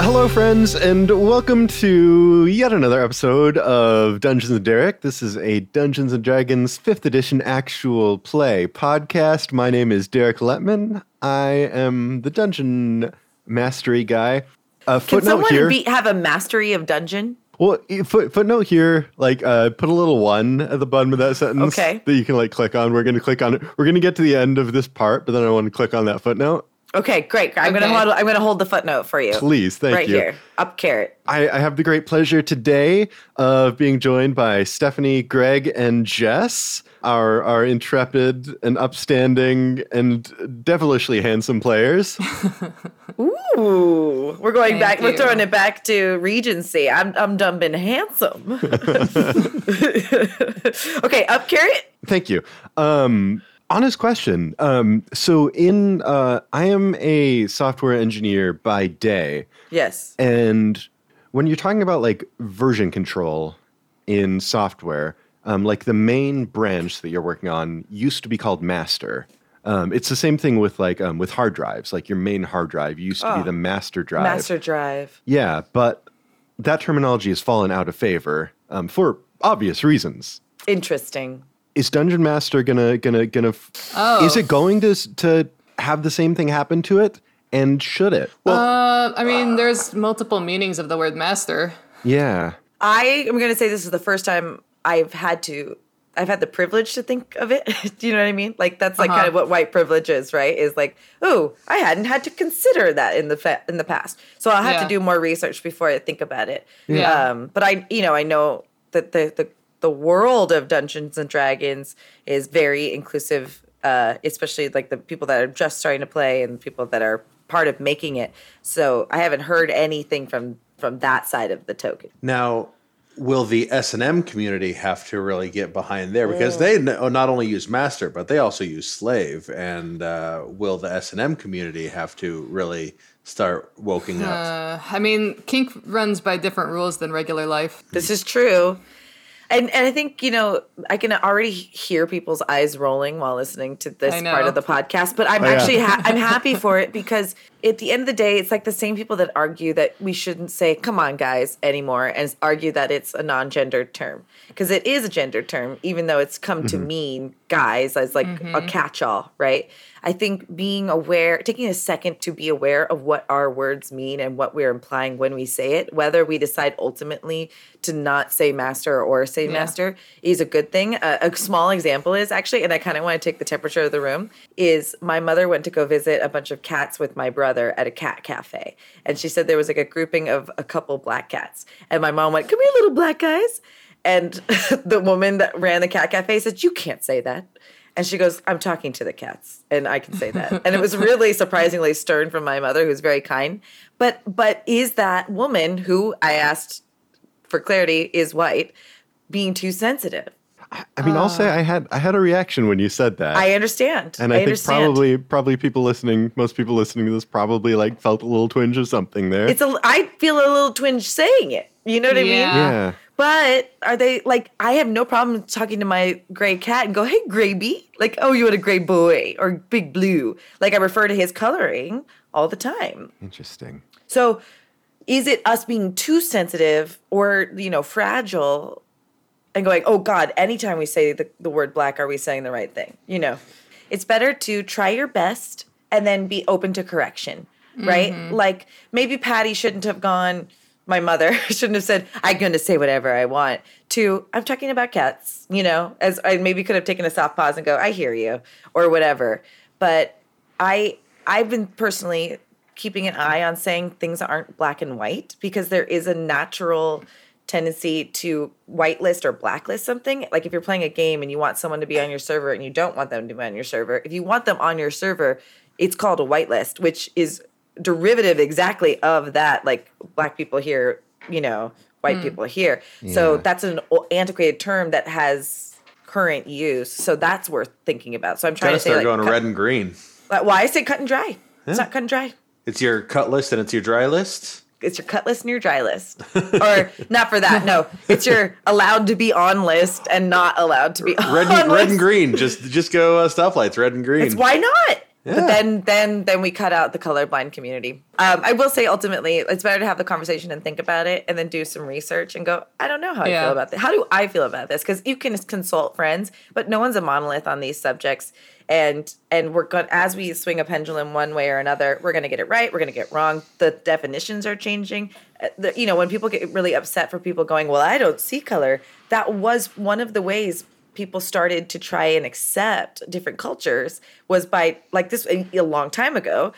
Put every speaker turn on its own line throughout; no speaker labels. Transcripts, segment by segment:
Hello, friends, and welcome to yet another episode of Dungeons and Derek. This is a Dungeons and Dragons 5th edition actual play podcast. My name is Derek Letman. I am the dungeon mastery guy. Uh,
Can
footnote
someone
here.
be, have a mastery of dungeon?
well, e- foot, footnote here. Like, uh, put a little one at the bottom of that sentence
Okay.
that you can like click on. We're going to click on it. We're going to get to the end of this part, but then I want to click on that footnote.
Okay, great. I'm gonna
Okay.
hold, I'm gonna hold the footnote for you.
Please, thank
right
you.
here, up carrot.
I, I have the great pleasure today of being joined by Stephanie, Greg, and Jess, our our intrepid and upstanding and devilishly handsome players.
Ooh, we're going
Thank
back. We're
you.
throwing it back to Regency. I'm I'm dumb and handsome. okay, up carrot.
Thank you. Um, honest question. Um, so in uh, I am a software engineer by day,
Yes.
and when you're talking about like version control in software, um, like the main branch that you're working on used to be called master. Um, it's the same thing with like um, with hard drives. Like your main hard drive used to be
Oh.
the master drive.
Master Drive.
Yeah, but that terminology has fallen out of favor um, for obvious reasons.
Interesting.
Is Dungeon Master gonna gonna gonna?
Oh.
Is it going to s- to have the same thing happen to it? And should it? Well,
Uh, I mean, there's multiple meanings of the word master.
yeah.
I am gonna say this is the first time I've had to. I've had the privilege to think of it. Do you know what I mean? Like that's like
Uh-huh.
kind of what white privilege is, right? Is like, oh, I hadn't had to consider that in the fa- in the past. So I'll have to
Yeah.
do more research before I think about it.
Yeah.
Um, but I, you know, I know that the the the world of Dungeons and Dragons is very inclusive, uh, especially like the people that are just starting to play and people that are part of making it. So I haven't heard anything from from that side of the token.
Now, will the S and M community have to really get behind there because they n- not only use master but they also use slave, and uh, will the S and M community have to really start woking up?
Uh, I mean, kink runs by different rules than regular life.
This is true. And and I think, you know, I can already hear people's eyes rolling while listening to this
I know.
part of the podcast, but I'm actually ha- I'm happy for it because at the end of the day, it's like the same people that argue that we shouldn't say come on guys anymore and argue that it's a non-gendered term because it is a gendered term even though it's come to mean guys as like a catch-all, right? I think being aware, taking a second to be aware of what our words mean and what we're implying when we say it, whether we decide ultimately to not say master or say master, is a good thing. A, a small example is actually, and I kind of want to take the temperature of the room, is my mother went to go visit a bunch of cats with my brother at a cat cafe. And she said there was like a grouping of a couple black cats. And my mom went, Come here, little black guys. And the woman that ran the cat cafe said, You can't say that. And she goes, I'm talking to the cats, and I can say that. and it was really surprisingly stern from my mother, who's very kind. But but is that woman who I asked for clarity is white being too sensitive?
I mean, I'll say I had I had a reaction when you said that.
Oh. I understand.
And I, think
understand.
probably probably people listening, most people listening to this probably like felt a little twinge of something there.
it's uh, a I feel a little twinge saying it. You know what I mean?
Yeah.
yeah.
But are they like I have no problem talking to my gray cat and go, "Hey, Graby," like, "Oh, you had a gray boy or big blue." Like I refer to his coloring all the time.
Interesting.
So is it us being too sensitive or, you know, fragile and going, oh God, anytime we say the, the word black, are we saying the right thing? You know, it's better to try your best and then be open to correction, right? Like maybe Patty shouldn't have gone, my mother shouldn't have said, I'm going to say whatever I want, to, I'm talking about cats, you know, as I maybe could have taken a soft pause and go, I hear you, or whatever. But I I've been personally keeping an eye on saying things that aren't black and white because there is a natural tendency to whitelist or blacklist something. Like if you're playing a game and you want someone to be on your server and you don't want them to be on your server, if you want them on your server, it's called a whitelist, which is derivative exactly of that like black people here, you know, white people here. So that's an o- antiquated term that has current use. So that's worth thinking about. So I'm trying
Gotta
to say
start
like,
going
cut-
red and green.
like, Why I say cut and dry. It's not cut and dry.
It's your cut list and it's your dry list.
It's your cut list and your dry list. Or not for that. No, it's your allowed to be on list and not allowed to be
Red
on
and, red
list.
and green. Just just go uh, stoplights. Red and green.
It's why not?
Yeah.
But then, then, then we cut out the colorblind community. Um, I will say, ultimately, it's better to have the conversation and think about it, and then do some research and go. I don't know how I
Yeah.
feel about this. How do I feel about this? Because you can consult friends, but no one's a monolith on these subjects. And and we're going as we swing a pendulum one way or another, we're going to get it right. We're going to get wrong. The definitions are changing. Uh, the- you know, when people get really upset for people going, "Well, I don't see color," that was one of the ways people started to try and accept different cultures was by like this a, a long time ago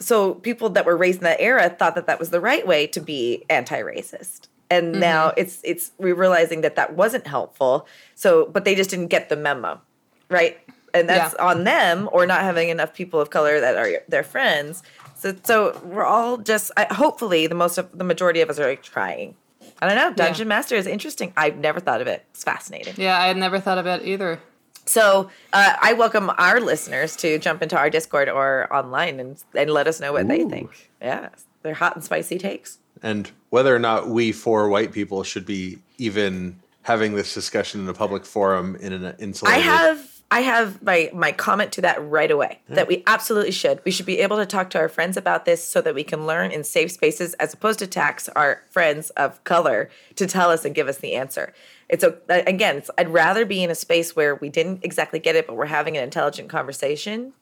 so people that were raised in that era thought that that was the right way to be anti-racist and now it's it's we're realizing that that wasn't helpful so but they just didn't get the memo right and that's
Yeah.
on them or not having enough people of color that are their friends so so we're all just I, hopefully the most of the majority of us are like trying i don't know dungeon master is interesting i've never thought of it it's fascinating
Yeah, I had never thought about it either.
so uh, I welcome our listeners to jump into our Discord or online and and let us know what they
Ooh.
think. Yeah, they're hot and spicy takes.
and whether or not we four white people should be even having this discussion in a public forum in an
I
insulated
have I have my my comment to that right away. That we absolutely should. We should be able to talk to our friends about this so that we can learn in safe spaces as opposed to tax our friends of color to tell us and give us the answer. It's a, again, it's, I'd rather be in a space where we didn't exactly get it but we're having an intelligent conversation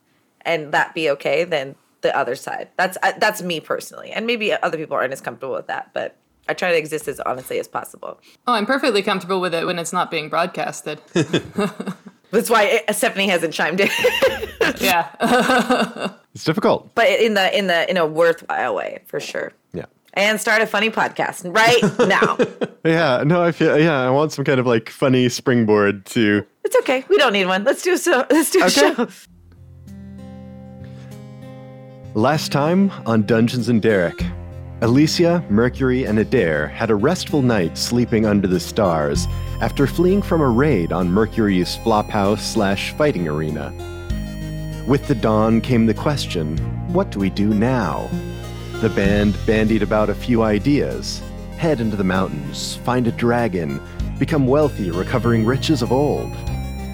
and that be okay than the other side. That's uh, that's me personally. And maybe other people aren't as comfortable with that, but I try to exist as honestly as possible.
Oh, I'm perfectly comfortable with it when it's not being broadcasted.
That's why uh, Stephanie hasn't chimed in.
yeah.
It's difficult.
but in the in the in a worthwhile way for sure
Yeah.
and start a funny podcast right now
Yeah, no, I feel yeah, I want some kind of like funny springboard to
it's okay we don't need one let's do a so let's do a
Okay.
show
Last time on Dungeons and Derek, Alicia, Mercury, and Adair had a restful night sleeping under the stars after fleeing from a raid on Mercury's flophouse slash fighting arena. With the dawn came the question what do we do now? The band bandied about a few ideas head into the mountains, find a dragon, become wealthy, recovering riches of old.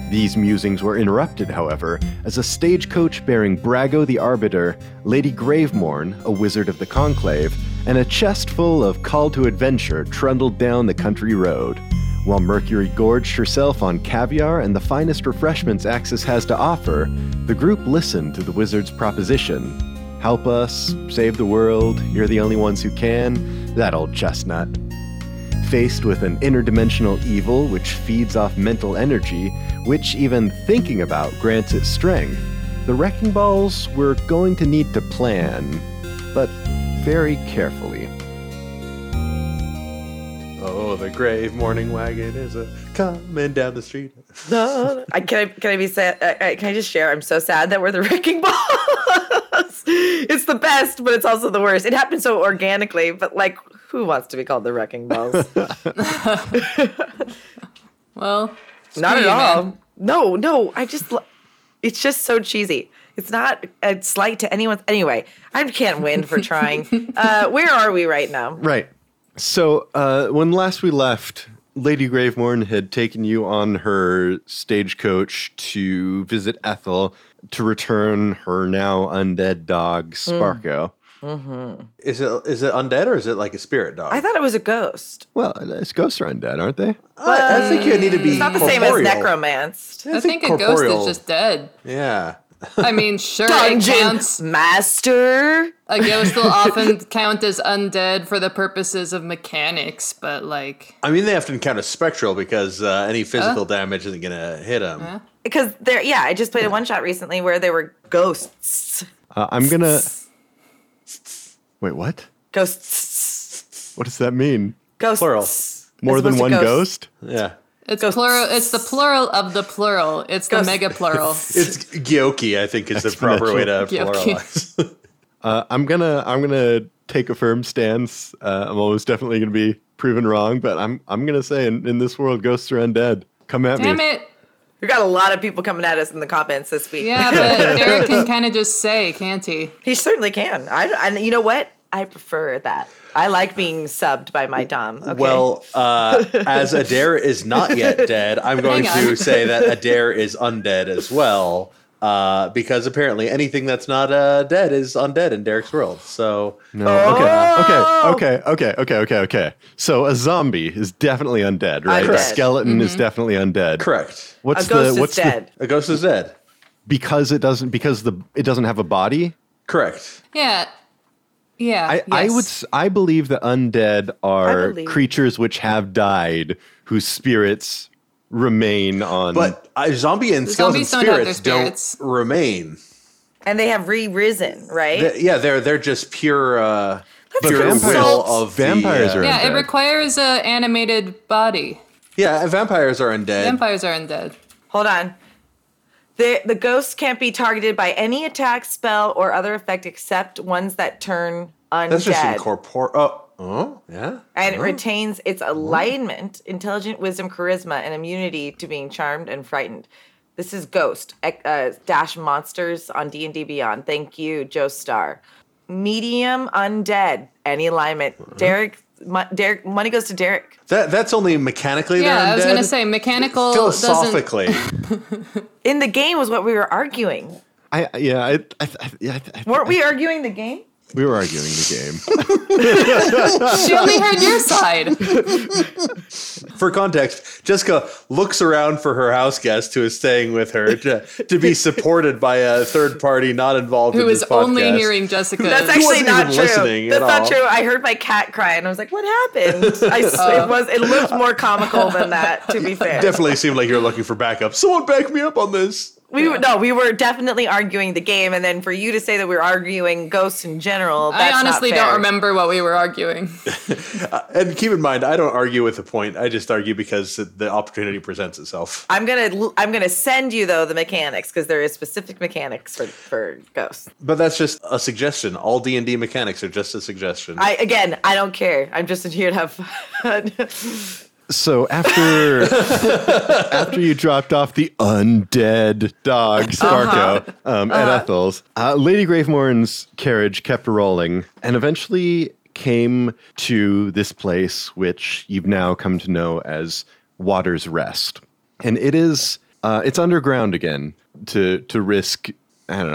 These musings were interrupted, however, as a stagecoach bearing Brago the Arbiter, Lady Gravemorn, a wizard of the Conclave, and a chest full of call to adventure trundled down the country road. While Mercury gorged herself on caviar and the finest refreshments Axis has to offer, the group listened to the wizard's proposition Help us, save the world, you're the only ones who can, that old chestnut. Faced with an interdimensional evil which feeds off mental energy, which even thinking about grants it strength, the Wrecking Balls were going to need to plan, but very carefully.
Oh, the grave morning wagon is a coming down the street.
I, can I can I be sad? Uh, uh, can I just share? I'm so sad that we're the wrecking balls. it's the best, but it's also the worst. It happened so organically, but like, who wants to be called the wrecking balls?
Well,
not at
screw you,
all.
man.
No, no. I just, lo- it's just so cheesy. It's not a slight to anyone. Anyway, I can't win for trying. uh, where are we right now?
Right. So, uh, when last we left, Lady Gravemorn had taken you on her stagecoach to visit Ethel to return her now undead dog, Sparko.
Is it is it undead or is it like a spirit dog?
I thought it was a ghost.
Well, it's ghosts are undead, aren't they?
I, I think you need to be.
It's not the same as necromanced.
I think a ghost is just dead.
Yeah.
I mean, sure, it
Dungeon
counts.
master.
A ghost will often count as undead for the purposes of mechanics, but like,
I mean, they have to encounter spectral because uh, any physical damage isn't gonna hit them.
Because there, yeah, I just played a one shot recently where there were ghosts.
Uh, I'm gonna. Wait, what?
Ghosts.
What does that mean?
Ghosts.
Plural.
More
As
than
opposed
one
to
ghost?
Yeah.
it's
Ghosts.
plural. It's the plural of the plural. It's the
Ghosts.
mega plural.
It's Gyoki, I think, is the proper way to
Gyoki.
pluralize.
Uh, I'm gonna I'm gonna take a firm stance. Uh, I'm almost definitely gonna be proven wrong, but I'm I'm gonna say in, in this world ghosts are undead. Come at
Damn
me.
it!
We got a lot of people coming at us in the comments this week.
Yeah, but Derek can kind of just say, can't he?
He certainly can. I, and you know what? I prefer that. I like being subbed by my Dom. Okay.
Well, uh, as Adair is not yet dead, I'm going
Hang on.
to say that Adair is undead as well. uh, because apparently anything that's not uh, dead is undead in Derek's world. So
No.
Oh!
Okay. Okay. Okay. Okay. Okay. Okay. Okay. So a zombie is definitely undead, right? A
Undead.
skeleton is definitely undead.
correct.
What's
Mm-hmm. a ghost
the
is
what's
dead.
A ghost is dead.
the because it doesn't because the it doesn't have a body?
Correct.
Yeah. Yeah.
I, I
yes.
would s- I believe that undead
I
are
believe-
creatures which have died whose spirits remain on
But uh, zombie and skeleton
zombies don't have their
spirits don't,
spirits.
remain.
and they have re-risen, right?
Th- yeah, they're they're just pure uh,
That's
pure
what
will
vampires-
of the,
vampires
uh,
are-
Yeah,
undead.
it requires a animated body.
yeah. Vampires are undead.
Vampires are undead.
Hold on. The the ghosts can't be targeted by any attack, spell, or other effect except ones that turn undead.
That's just incorporeal. Oh, oh, yeah.
and it
Oh.
retains its alignment, intelligent wisdom, charisma, and immunity to being charmed and frightened. This is Ghost ec- uh, Dash Monsters on D and D Beyond. Thank you, Joe Star. Medium undead, any alignment. Derek, Mo- Derek, money goes to Derek.
that that's only mechanically.
Yeah,
they're
I was
undead.
gonna say mechanical doesn't
Philosophically,
In the game was what we were arguing.
I yeah, I, I, I, yeah, I, I
Weren't we arguing the game?
we were arguing the game.
She only heard your side.
for context, Jessica looks around for her house guest who is staying with her to, to be supported by a third party not involved
Who
in
is
this podcast.
only hearing Jessica.
That's actually
wasn't
not
even
true.
listening at
That's not
all.
true. I heard my cat cry, and I was like, "What happened?" I s it was. It looked more comical than that. To be fair,
Uh, Definitely seemed like you're looking for backup. Someone back me up on this.
we were no, we were definitely arguing the game, and then for you to say that we were arguing ghosts in general, that's
I honestly
not fair.
don't remember what we were arguing.
And keep in mind, I don't argue with the point. I just argue because the opportunity presents itself.
I'm gonna l- I'm gonna send you though the mechanics because there is specific mechanics for for ghosts.
But that's just a suggestion. All D and D mechanics are just a suggestion.
I again, I don't care. I'm just in here to have fun.
So after after you dropped off the undead dog Starko um, at Ethel's, uh, Lady Gravemore's carriage kept rolling and eventually came to this place, which you've now come to know as Water's Rest, and it is uh, it's underground again to to risk. I don't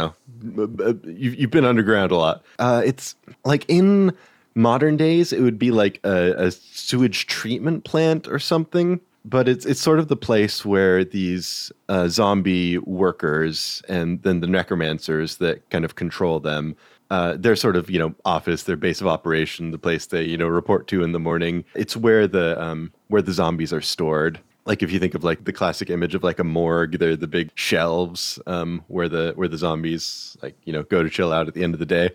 know. uh, You've you've been underground a lot. Uh, it's like in modern days it would be like a, a sewage treatment plant or something but it's it's sort of the place where these uh, zombie workers and then the necromancers that kind of control them uh, their sort of you know office their base of operation the place they you know report to in the morning it's where the um, where the zombies are stored like if you think of like the classic image of like a morgue they're the big shelves um, where the where the zombies like you know go to chill out at the end of the day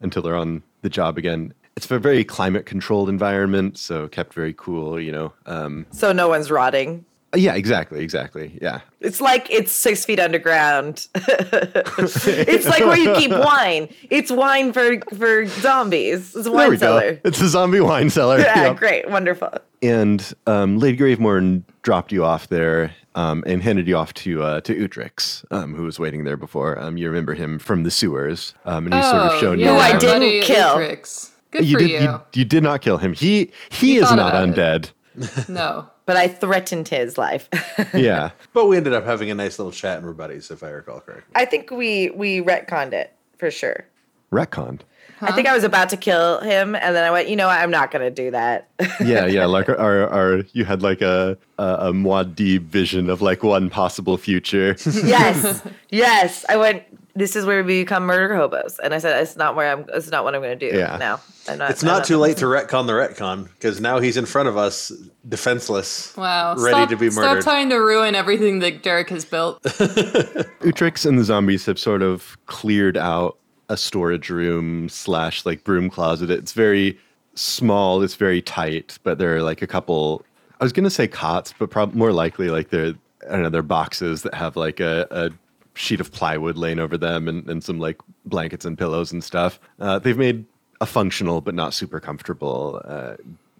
until they're on the job again. It's a very climate controlled environment, so kept very cool, you know. Um,
so no one's rotting.
yeah, exactly, exactly. Yeah.
It's like it's six feet underground. it's like where you keep wine. It's wine for for zombies. It's a
There
wine
we
cellar.
go. It's a zombie wine cellar.
Yeah,
Yep.
great, wonderful.
And um, Lady Gravemore dropped you off there um, and handed you off to uh, to Utrix, um, who was waiting there before. Um, you remember him from the sewers, um, and he's sort of shown
Who
you.
Oh, I
around.
didn't
Oh, Buddy
kill.
Atrix. Good
You
for
did.
you.
You, you did not kill him. He he
You
is
thought
not
about it.
undead.
No.
But I threatened his life.
Yeah.
but we ended up having a nice little chat and we're buddies, if I recall correctly.
I think we we retconned it for sure.
Retconned.
I think I was about to kill him, and then I went, you know what? I'm not gonna do that.
yeah, yeah. Like our, our, you had like a a, a Muad'Dib vision of like one possible future.
yes, yes. I went. This is where we become murder hobos, and I said, it's not where I'm. It's not what I'm gonna do.
Yeah.
No, I'm not.
It's
I'm
not too late to retcon the retcon because now he's in front of us, defenseless.
Wow.
Ready
Stop-
to be murdered.
Stop trying to ruin everything that Derek has built.
Utrix and the zombies have sort of cleared out a storage room slash like broom closet. It's very small. It's very tight, but there are like a couple. I was gonna say cots, but prob- more likely like they're I don't know they're boxes that have like a, a sheet of plywood laying over them and, and some like blankets and pillows and stuff. Uh, they've made a functional but not super comfortable uh,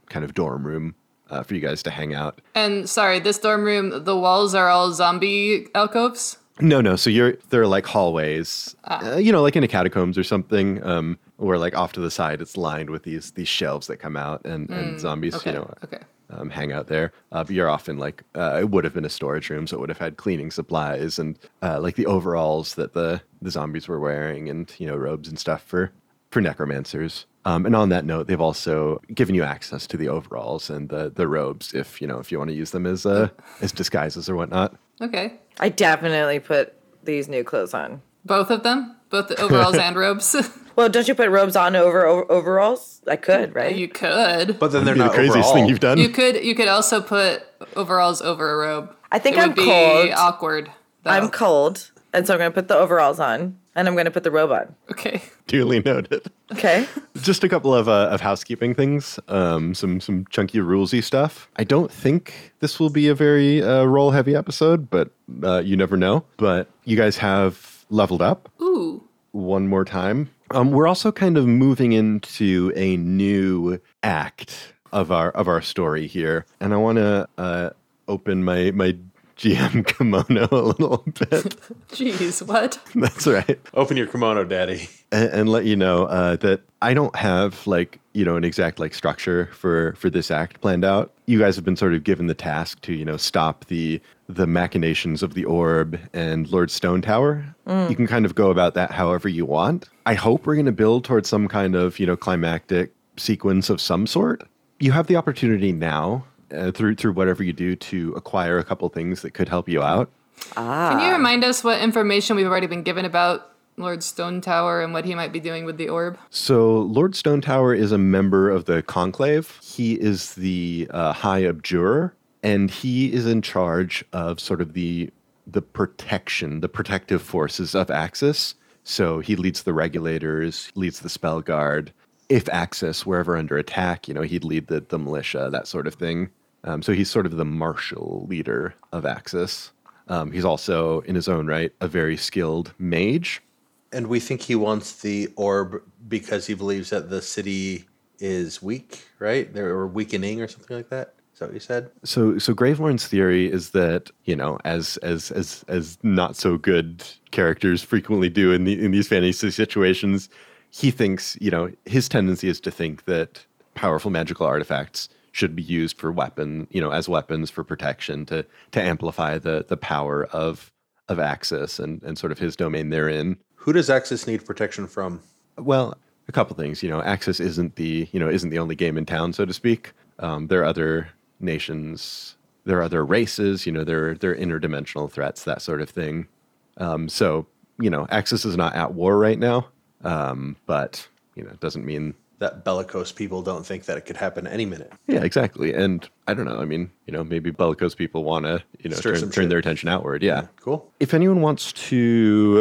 kind of dorm room uh, for you guys to hang out.
And sorry, this dorm room, the walls are all zombie alcoves.
No, no. So you're there are like hallways,
Ah.
uh, you know, like in a catacombs or something, um, where like off to the side it's lined with these these shelves that come out and, and zombies,
Mm, Okay.
you know,
okay.
um, hang out there. Uh, but you're often like uh, it would have been a storage room, so it would have had cleaning supplies and uh, like the overalls that the the zombies were wearing, and you know robes and stuff for for necromancers. Um, and on that note, they've also given you access to the overalls and the the robes if you know if you want to use them as uh, as disguises or whatnot.
Okay.
I definitely put these new clothes on.
Both of them? Both the overalls and robes?
Well, don't you put robes on over, over overalls? I could, right?
you could.
But then
That'd
they're
be
not
the craziest
overall.
thing you've done.
you could you could also put overalls over a robe.
I think
it
I'm
would be
cold.
awkward. Though.
I'm cold, and so I'm going to put the overalls on, and I'm going to put the robe on.
okay.
Duly noted.
Okay.
Just a couple of uh, of housekeeping things. Um, some some chunky rulesy stuff. I don't think this will be a very uh, roll heavy episode, but uh, you never know. But you guys have leveled up
Ooh.
one more time. Um, we're also kind of moving into a new act of our of our story here, and I want to uh, open my my GM kimono a little bit.
Jeez, what?
That's right.
Open your kimono, daddy.
and, and let you know uh, that I don't have like you know an exact like structure for for this act planned out. You guys have been sort of given the task to you know stop the the machinations of the orb and Lord Stone Tower. You can kind of go about that however you want. I hope we're going to build towards some kind of you know climactic sequence of some sort. You have the opportunity now uh, through through whatever you do to acquire a couple things that could help you out.
Can
Uh.
you remind us what information we've already been given about Lord Stone Tower and what he might be doing with the orb?
So Lord Stone Tower is a member of the Conclave. He is the uh, High Abjurer, and he is in charge of sort of the the protection, the protective forces of Axis. So he leads the regulators, leads the spell guard. If Axis were ever under attack, you know he'd lead the the militia, that sort of thing. Um, so he's sort of the martial leader of Axis. Um, he's also, in his own right, a very skilled mage.
And we think he wants the orb because he believes that the city is weak, right? They're or weakening or something like that. Is that what you said?
So so Gravelorn's theory is that, you know, as as as as not so good characters frequently do in the in these fantasy situations, he thinks, you know, his tendency is to think that powerful magical artifacts should be used for weapon, you know, as weapons for protection to to amplify the the power of of Axis and and sort of his domain therein
Who does Axis need protection from?
well a couple things you know axis isn't the you know isn't the only game in town so to speak um, there are other nations there are other races you know there there are interdimensional threats that sort of thing um, so you know axis is not at war right now um, but you know it doesn't mean
That bellicose people don't think that it could happen any minute.
yeah exactly and i don't know i mean you know maybe bellicose people want to you know
Stir
turn,
some
turn their
shit.
attention outward yeah
Cool.
if anyone wants to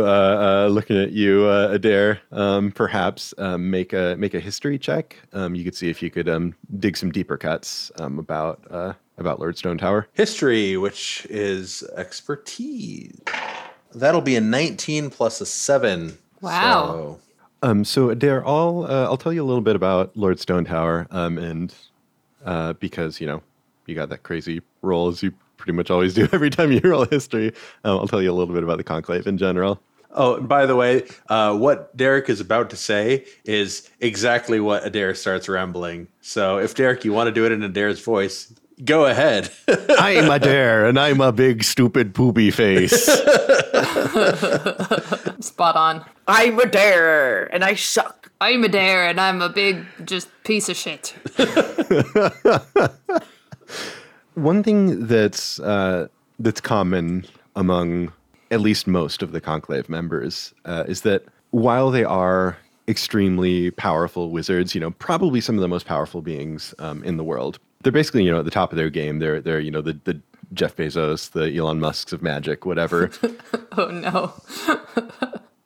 uh, uh, looking at you, uh, Adair, um, perhaps um, make a make a history check. Um, you could see if you could um, dig some deeper cuts um, about uh, about Lord Stone Tower.
History, which is expertise. That'll be a 19 plus a 7.
Wow.
So
Um, so Adair, I'll uh, I'll tell you a little bit about Lord Stone Tower, um, and uh, because you know you got that crazy roll as you pretty much always do every time you roll history. Um, I'll tell you a little bit about the conclave in general.
Oh, and by the way, uh, what Derek is about to say is exactly what Adair starts rambling. So if Derek, you want to do it in Adair's voice, go ahead.
I'm Adair, and I'm a big stupid poopy face.
Spot on.
I'm a dare, and I suck.
I'm a dare and I'm a big just piece of shit.
one thing that's uh, that's common among at least most of the conclave members uh, is that while they are extremely powerful wizards, you know, probably some of the most powerful beings um, in the world, they're basically you know at the top of their game. They're they're you know the the Jeff Bezos, the Elon Musk's of magic, whatever.
Oh no.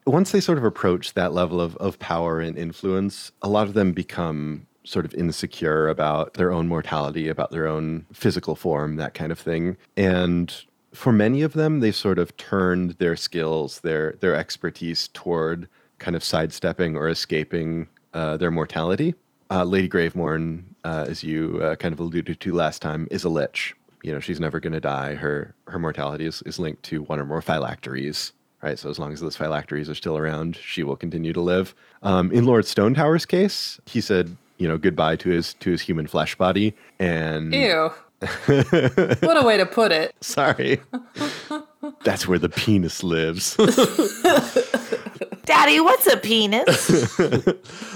once they sort of approach that level of, of power and influence, a lot of them become sort of insecure about their own mortality, about their own physical form, that kind of thing. And for many of them, they've sort of turned their skills, their their expertise toward kind of sidestepping or escaping uh, their mortality. Uh, Lady Gravemorn, uh, as you uh, kind of alluded to last time, is a lich. You know, she's never going to die. Her her mortality is, is linked to one or more phylacteries right? So as long as those phylacteries are still around, she will continue to live. Um, in Lord Stone Tower's case, he said you know goodbye to his to his human flesh body and
Ew. what a way to put it.
sorry that's where the penis lives
Daddy, what's a penis?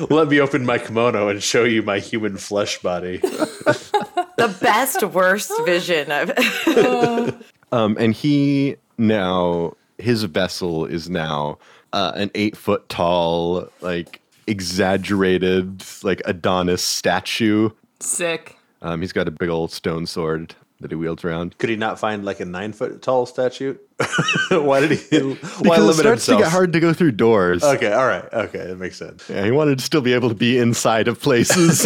Let me open my kimono and show you my human flesh body.
the best, worst vision of.
um and he now his vessel is now uh, an eight foot tall like exaggerated like adonis statue
Sick.
um he's got a big old stone sword that he wields around
Could he not find like a nine foot tall statue? why did he? Why
because it
limit
starts
himself?
to get hard to go through doors.
Okay, all right, okay, that makes sense.
Yeah, he wanted to still be able to be inside of places.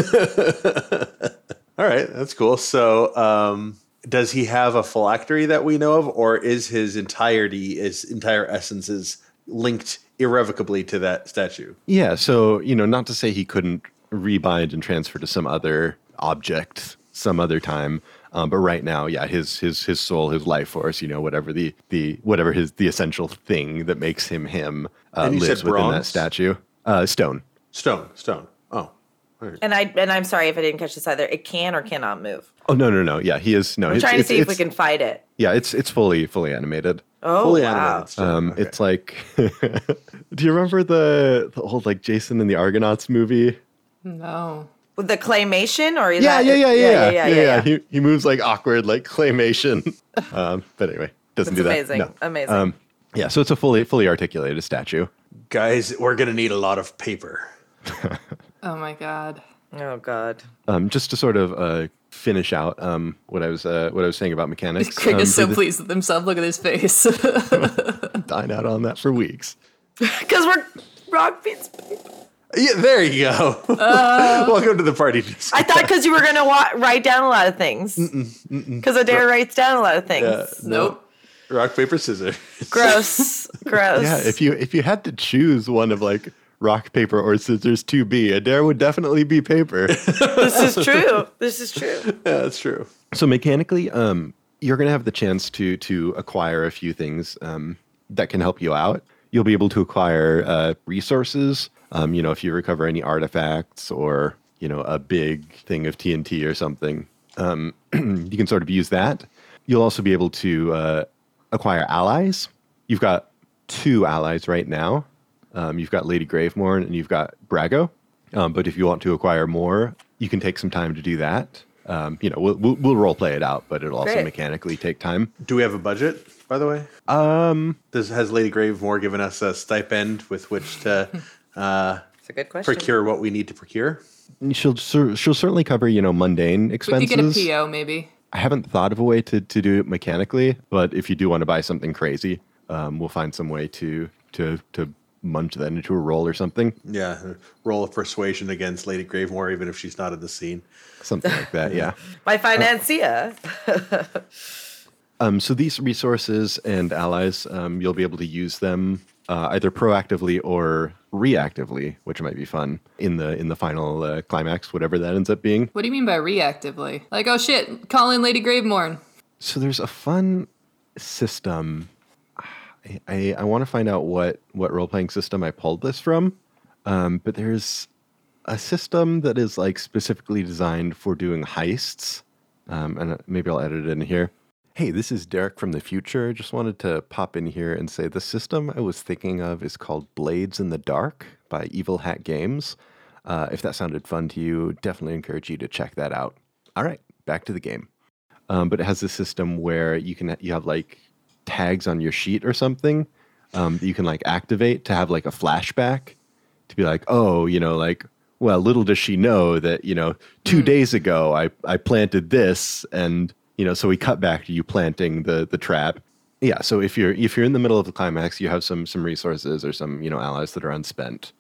All right, that's cool. So, um, does he have a phylactery that we know of, or is his entirety, his entire essence, is linked irrevocably to that statue?
yeah, so you know, not to say he couldn't rebind and transfer to some other object some other time, um, but right now, yeah, his his his soul, his life force, you know, whatever the the whatever his the essential thing that makes him him uh,
And you
lives
said
within that
bronze?
statue. Uh, stone.
Stone, stone. Oh, all right.
and I and I'm sorry if I didn't catch this either. It can or cannot move.
Oh no no no! Yeah, he is no.
I'm trying to see if we can fight it.
Yeah, it's it's fully fully animated.
Oh
Fully
wow!
animated stone.
Um,
Okay.
It's like, do you remember the, the old like Jason and the Argonauts movie?
No.
With the claymation or is
Yeah,
that,
yeah, yeah, yeah,
yeah, yeah, yeah, yeah.
He, he moves like awkward, like claymation. um, but anyway, doesn't do
That's
that.
amazing.
No.
Amazing.
Um, yeah, so it's a fully fully articulated statue.
Guys, we're gonna need a lot of paper.
Oh my god.
oh god.
Um, just to sort of uh, finish out um, what I was uh, what I was saying about mechanics.
Craig
um,
is so
for the-
pleased with himself. Look at his face.
Dine out on that for weeks.
Because we're rock beats.
Yeah, there you go.
Uh.
Welcome to the party. Disco.
I thought because you were gonna wa- write down a lot of things. Because Adair writes down a lot of things.
Yeah,
nope.
Rock paper scissors.
Gross. Gross.
Yeah, if you if you had to choose one of like rock paper or scissors to be, Adair would definitely be paper.
this is true. This is true.
yeah, that's true.
So mechanically, um, you're going to have the chance to to acquire a few things um, that can help you out. You'll be able to acquire uh, resources. Um, you know, if you recover any artifacts or you know a big thing of TNT or something, um, you can sort of use that. You'll also be able to uh, acquire allies. You've got two allies right now. Um, you've got Lady Gravemorn and you've got Brago. Um, but if you want to acquire more, you can take some time to do that. Um, you know, we'll, we'll, we'll role play it out, but it'll also
Great.
mechanically take time.
Do we have a budget, by the way? Um, Does, has Lady Gravemore given us a stipend with which to uh,
It's a good question.
procure what we need to procure?
And She'll cer- she'll certainly cover you know mundane
We
expenses.
could get a PO maybe.
I haven't thought of a way to, to do it mechanically, but if you do want to buy something crazy, um, we'll find some way to to to munch that into a roll or something,
Yeah, roll of persuasion against Lady Gravemore, even if she's not in the scene.
something like that. Yeah.
My financier.
Uh,
Um, so these resources and allies, um, you'll be able to use them uh, either proactively or reactively, which might be fun in the in the final uh, climax, whatever that ends up being.
What do you mean by reactively? Like, oh shit, call in Lady Gravemorn.
So there's a fun system. I I, I want to find out what what role playing system I pulled this from, um, but there's a system that is like specifically designed for doing heists, um, and uh, maybe I'll edit it in here. Hey, this is Derek from the future. Just wanted to pop in here and say the system I was thinking of is called Blades in the Dark by Evil Hat Games. Uh, if that sounded fun to you, definitely encourage you to check that out. All right, back to the game um, but it has this system where you can you have like tags on your sheet or something um, that you can like activate to have like a flashback to be like oh you know like well little does she know that you know two days ago I I planted this and you know so we cut back to you planting the the trap yeah so if you're if you're in the middle of the climax you have some some resources or some you know allies that are unspent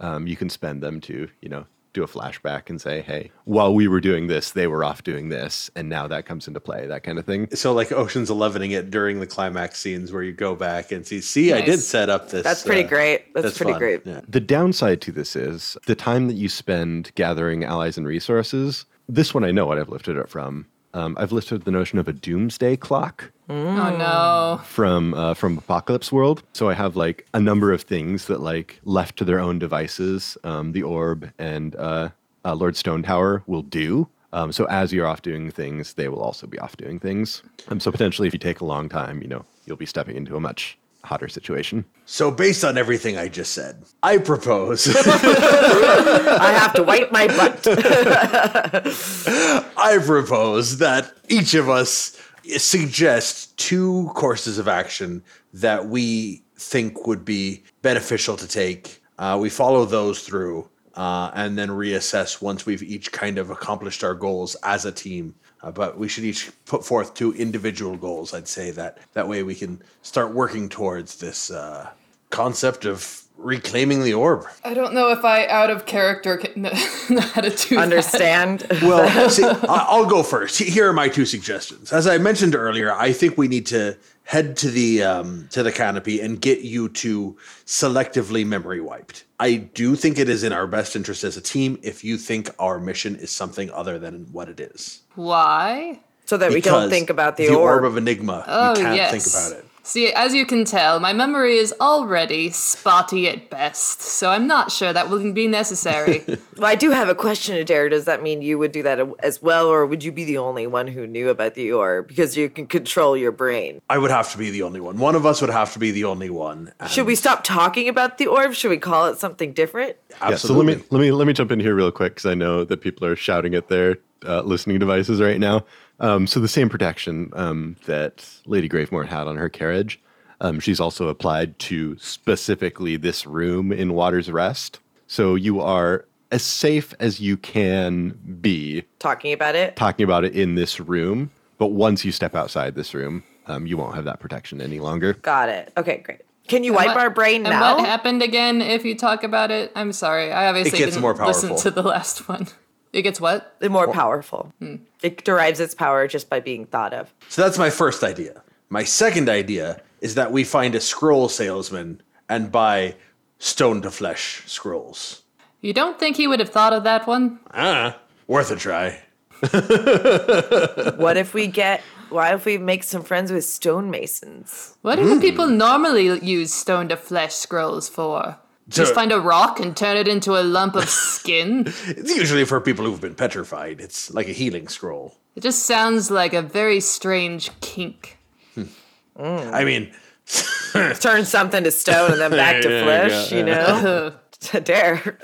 um, you can spend them to you know do a flashback and say hey while we were doing this they were off doing this and now that comes into play that kind of thing
So, like Ocean's Elevening it during the climax scenes where you go back and see, see, I did
Nice.
set up this.
That's pretty
uh,
great. That's, pretty
fun.
great.
Yeah.
the downside to this is the time that you spend gathering allies and resources this one i know what i've lifted it from um, i've lifted the notion of a doomsday clock
Oh
Hmm.
no.
from uh, from Apocalypse World. So I have like a number of things that like left to their own devices, um, the orb and uh, uh, Lord Stone Tower will do. Um, so as you're off doing things, they will also be off doing things. Um, so potentially, if you take a long time, you know you'll be stepping into a much hotter situation.
So, based on everything I just said, I propose.
I have to wipe my butt.
I propose that each of us suggest two courses of action that we think would be beneficial to take. Uh, we follow those through uh, and then reassess once we've each kind of accomplished our goals as a team. Uh, but we should each put forth two individual goals. I'd say that that way we can start working towards this uh, concept of reclaiming the orb.
I don't know if I, out of character, can, know how to do
Understand?
Well, see, I- I'll go first. Here are my two suggestions. As I mentioned earlier, I think we need to head to the um, to the canopy and get you to selectively memory wiped. I do think it is in our best interest as a team if you think our mission is something other than what it is.
Why?
so that we don't
Because
think about the,
the
orb.
of enigma.
Oh,
you can't
yes.
think about it.
See, as you can tell, my memory is already spotty at best, so I'm not sure that will be necessary.
Well, I do have a question, Adair. Does that mean you would do that as well, or would you be the only one who knew about the orb because you can control your brain?
I would have to be the only one. One of us would have to be the only one. And
Should we stop talking about the orb? Should we call it something different?
Yeah, so
Absolutely.
let me let me let me jump in here real quick because I know that people are shouting at their uh, listening devices right now. Um, so the same protection um, that Lady Gravemore had on her carriage, um, she's also applied to specifically this room in Water's Rest. So you are as safe as you can be
Talking about it?
talking about it in this room. But once you step outside this room, um, you won't have that protection any longer.
Got it. Okay, great. Can you wipe
What-
our brain
and What
now?
happened again if you talk about it? I'm sorry. I obviously
gets
didn't
more
listen
powerful.
to the last one. It gets what?
The more powerful.
Hmm.
It derives its power just by being thought of.
So that's my first idea. My second idea is that we find a scroll salesman and buy stone to flesh scrolls.
You don't think he would have thought of that one?
Ah, worth a try.
What if we get? Why if we make some friends with stonemasons?
What do people normally use stone to flesh scrolls for? Just
To-
find a rock and turn it into a lump of skin?
It's usually for people who've been petrified. It's like a healing scroll.
it just sounds like a very strange kink.
I mean,
Turn something to stone and then back to
Yeah,
flesh.
yeah,
You know, dare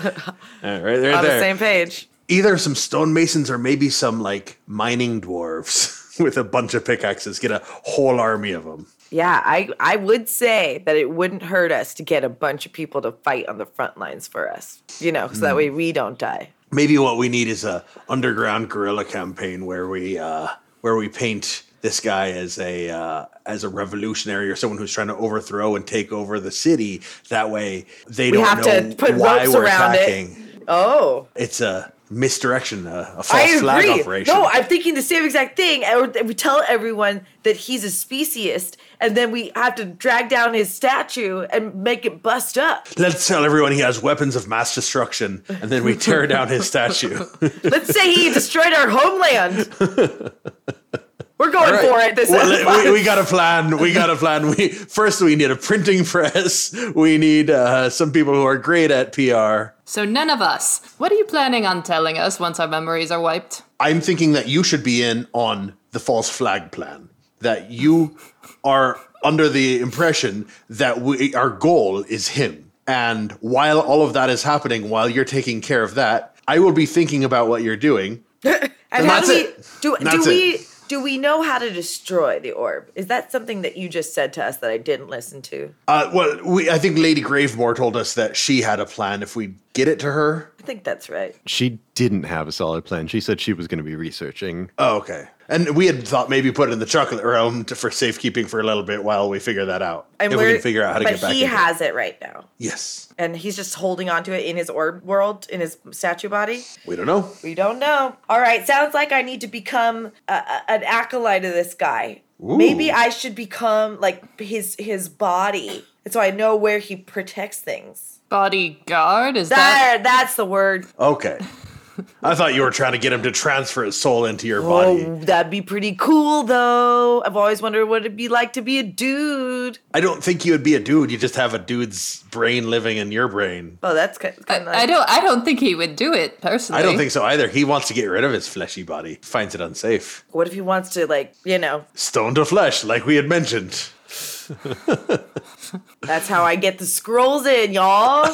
uh, right there,
on the
there.
same page.
Either some stonemasons or maybe some like mining dwarves with a bunch of pickaxes. Get a whole army of them.
Yeah, I I would say that it wouldn't hurt us to get a bunch of people to fight on the front lines for us. You know, so
Hmm.
that way we don't die.
maybe what we need is a underground guerrilla campaign where we uh, where we paint this guy as a uh, as a revolutionary or someone who's trying to overthrow and take over the city. That way, they
We
don't
have
know
to put
why
ropes
we're
around it.
attacking.
Oh,
It's a misdirection, a, a false
I
flag
agree.
operation.
No, I'm thinking the same exact thing. I would- We tell everyone that he's a speciest, and then we have to drag down his statue and make it bust up.
Let's tell everyone he has weapons of mass destruction, and then we tear down his statue.
Let's say he destroyed our homeland. We're going for it. This
Well,
is
we, we got a plan. We got a plan. We first we need a printing press. We need uh, some people who are great at PR.
So, none of us. What are you planning on telling us once our memories are wiped?
I'm thinking that you should be in on the false flag plan. That you are under the impression that we, our goal is him. And while all of that is happening, while you're taking care of that, I will be thinking about what you're doing.
And how
that's
do we
it.
do?
That's
do we do we know how to destroy the orb? Is that something that you just said to us that I didn't listen to?
Uh, well, we, I think Lady Gravemore told us that she had a plan if we get it to her.
I think that's right.
She didn't have a solid plan. She said she was going to be researching.
Oh, okay. And we had thought maybe put it in the chocolate realm to, for safekeeping for a little bit while we figure that out.
And
if we
we're-
can figure out how to
but
get back
he
into it.
has it right now,
Yes.
and he's just holding onto it in his orb world, in his statue body.
We don't know.
We don't know. All right, sounds like I need to become a, a- an acolyte of this guy.
Ooh.
Maybe I should become like his his body, so I know where he protects things.
Bodyguard? Is that
Oh,
There, that's the word.
Okay. I thought you were trying to get him to transfer his soul into your
Oh,
body.
that'd be pretty cool though. I've always wondered what it'd be like to be a dude.
I don't think you would be a dude. You just have a dude's brain living in your brain.
Oh, that's kind of like,
I don't. I don't think he would do it personally.
I don't think so either. He wants to get rid of his fleshy body. Finds it unsafe.
what if he wants to like, you know,
Stone to flesh, like we had mentioned.
that's how I get the scrolls in, y'all.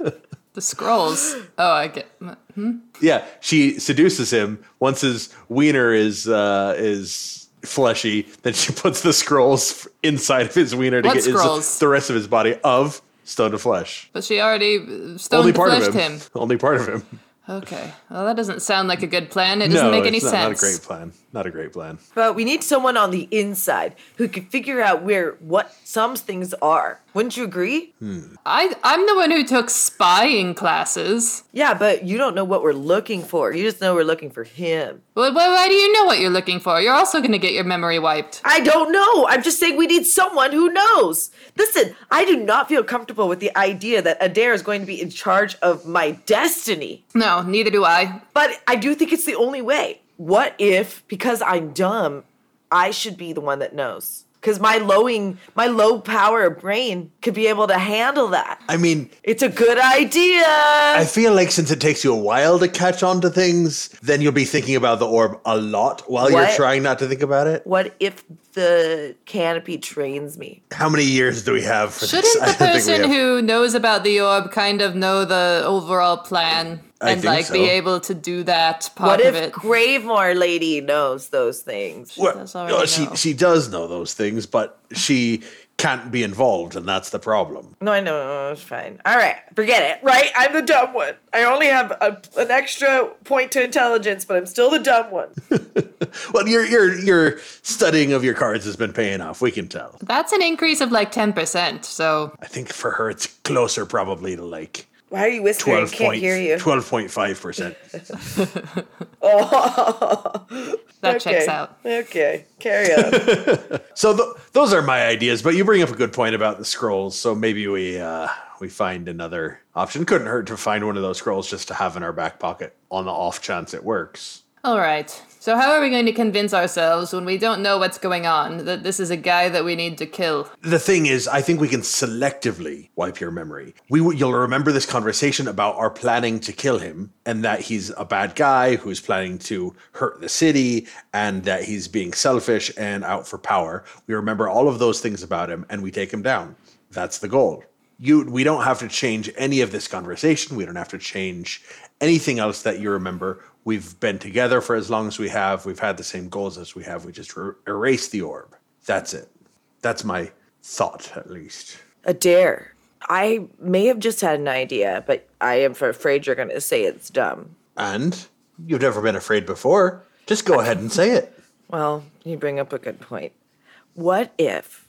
the scrolls. Oh, I get. Hmm?
Yeah, she seduces him. Once his wiener is uh, is fleshy, then she puts the scrolls inside of his wiener to
What
get his,
scrolls?
the rest of his body of stone to flesh.
But she already
Only
stone
part of
fleshed
him.
him.
Only part of him.
Okay. Well, that doesn't sound like a good plan. It doesn't make any
it's not,
sense.
Not a great plan. Not a great plan.
but we need someone on the inside who can figure out where what some things are. Wouldn't you agree?
I I'm the one who took spying classes.
Yeah, but you don't know what we're looking for. You just know we're looking for him.
Why, why, why do you know what you're looking for? You're also going to get your memory wiped.
I don't know. I'm just saying we need someone who knows. Listen, I do not feel comfortable with the idea that Adair is going to be in charge of my destiny.
No, neither do I.
But I do think it's the only way. What if, because I'm dumb, I should be the one that knows? Because my lowing, my low power brain could be able to handle that.
I mean,
It's a good idea.
I feel like since it takes you a while to catch on to things, then you'll be thinking about the orb a lot while you're
What?
trying not to think about it.
what if the canopy trains me?
How many years do we have for this?
Shouldn't the
I don't think we
person
have-
who knows about the orb kind of know the overall plan
I
and
think
like be
so.
able to do that
What
part of
if
it?
Gravemore Lady knows those things?
Well,
does already
no, she
know.
she does know those things, but she can't be involved, and that's the problem.
No, I know. It's fine. All right. Forget it. Right? I'm the dumb one. I only have a, an extra point to intelligence, but I'm still the dumb one.
Well, your your your studying of your cards has been paying off. We can tell.
That's an increase of like ten percent. So
I think for her, it's closer probably to like
Why are you whispering? I
twelve
can't hear you.
point five percent.
Oh.
that
okay.
checks out.
Okay. Carry on.
So th- those are my ideas, but you bring up a good point about the scrolls. So maybe we uh, we find another option. Couldn't hurt to find one of those scrolls just to have in our back pocket on the off chance it works.
All right. So how are we going to convince ourselves when we don't know what's going on that this is a guy that we need to kill?
The thing is, I think we can selectively wipe your memory. We w- you'll remember this conversation about our planning to kill him and that he's a bad guy who's planning to hurt the city and that he's being selfish and out for power. We remember all of those things about him and we take him down. That's the goal. You we don't have to change any of this conversation. We don't have to change anything else that you remember. We've been together for as long as we have. We've had the same goals as we have. We just re- erase the orb. That's it. That's my thought, at least.
Adair, I may have just had an idea, but I am afraid you're going to say it's dumb.
And you've never been afraid before. Just go ahead and say it.
Well, you bring up a good point. What if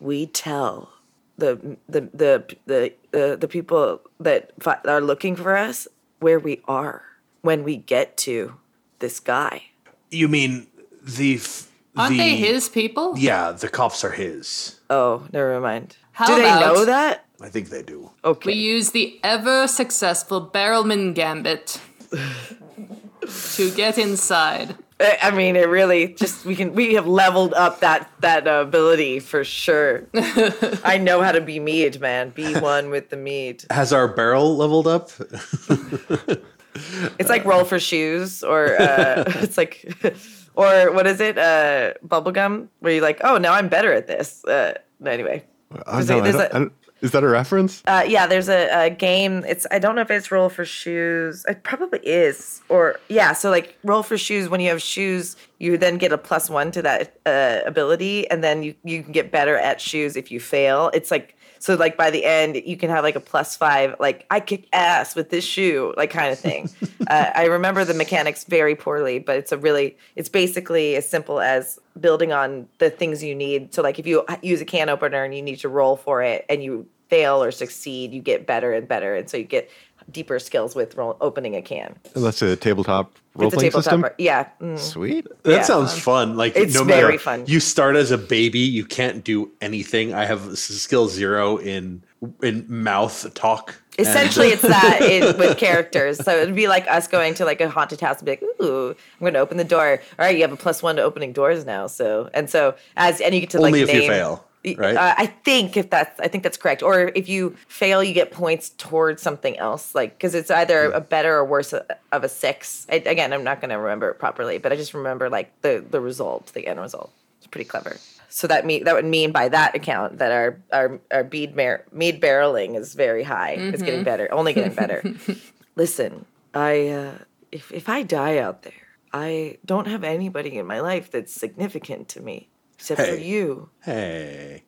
we tell the the the the the, the people that fi- are looking for us where we are when we get to this guy?
You mean the. f-
Aren't
the-
they his people?
Yeah, the cops are his.
Oh, never mind.
How
Do they
about-
know that?
I think they do.
Okay.
We use the ever successful Barrelman gambit to get inside.
I I mean, it really just we can we have leveled up that that uh, ability for sure. I know how to be mead, man. Be one with the mead.
Has our barrel leveled up?
It's like roll for shoes, or uh, it's like, or what is it? Uh, bubblegum, where you're like, oh, now I'm better at this. Uh, anyway,
Oh,
There's
no,
a-
I
there's
don't-
a-
I don't- is that a reference?
uh, yeah, there's a, a game. It's I don't know if it's roll for shoes. It probably is, or yeah. So like roll for shoes. When you have shoes, you then get a plus one to that uh, ability, and then you you can get better at shoes if you fail. It's like so like by the end you can have like a plus five like i kick ass with this shoe like kind of thing uh, i remember the mechanics very poorly but it's a really it's basically as simple as building on the things you need so like if you uh, use a can opener and you need to roll for it and you fail or succeed, you get better and better, and so you get deeper skills with roll, opening a can.
That's a tabletop role
It's a
playing
tabletop.
system.
art- Yeah. mm.
Sweet.
That
Yeah.
sounds fun. Like
It's
no matter,
very fun.
You start as a baby. You can't do anything. I have s- skill zero in in mouth talk.
Essentially, it's that in, with characters. So it'd be like us going to like a haunted house and be like, "Ooh, I'm going to open the door." All right, you have a plus one to opening doors now. So and so as and you get to like
Only if you
name-
fail, right?
Uh, I think if that's I think that's correct. Or if you fail, you get points towards something else, like because it's either a better or worse o- of a six. I, again, I'm not going to remember it properly, but I just remember like the the result, the end result. It's pretty clever. So that mean that would mean by that account that our our our bead mar- mead barreling is very high. It's getting better, only getting better. Listen, I uh, if if I die out there, I don't have anybody in my life that's significant to me except for
Hey.
you.
hey,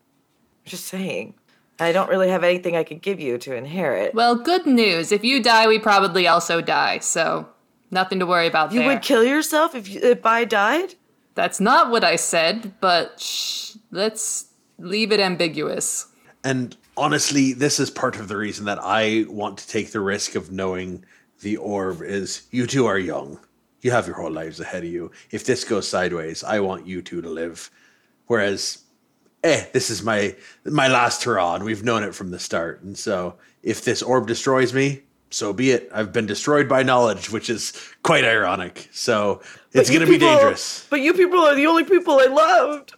Just saying. I don't really have anything I could give you to inherit.
Well, good news. If you die, we probably also die. So nothing to worry about
you
there.
would kill yourself if you, if I died?
That's not what I said, but shh, let's leave it ambiguous.
and honestly, this is part of the reason that I want to take the risk of knowing the orb is you two are young. You have your whole lives ahead of you. If this goes sideways, I want you two to live. Whereas, eh, this is my my last hurrah, and we've known it from the start. And so, if this orb destroys me, so be it. I've been destroyed by knowledge, which is quite ironic. So it's
You
going to be
people-
dangerous.
But you people are the only people I loved.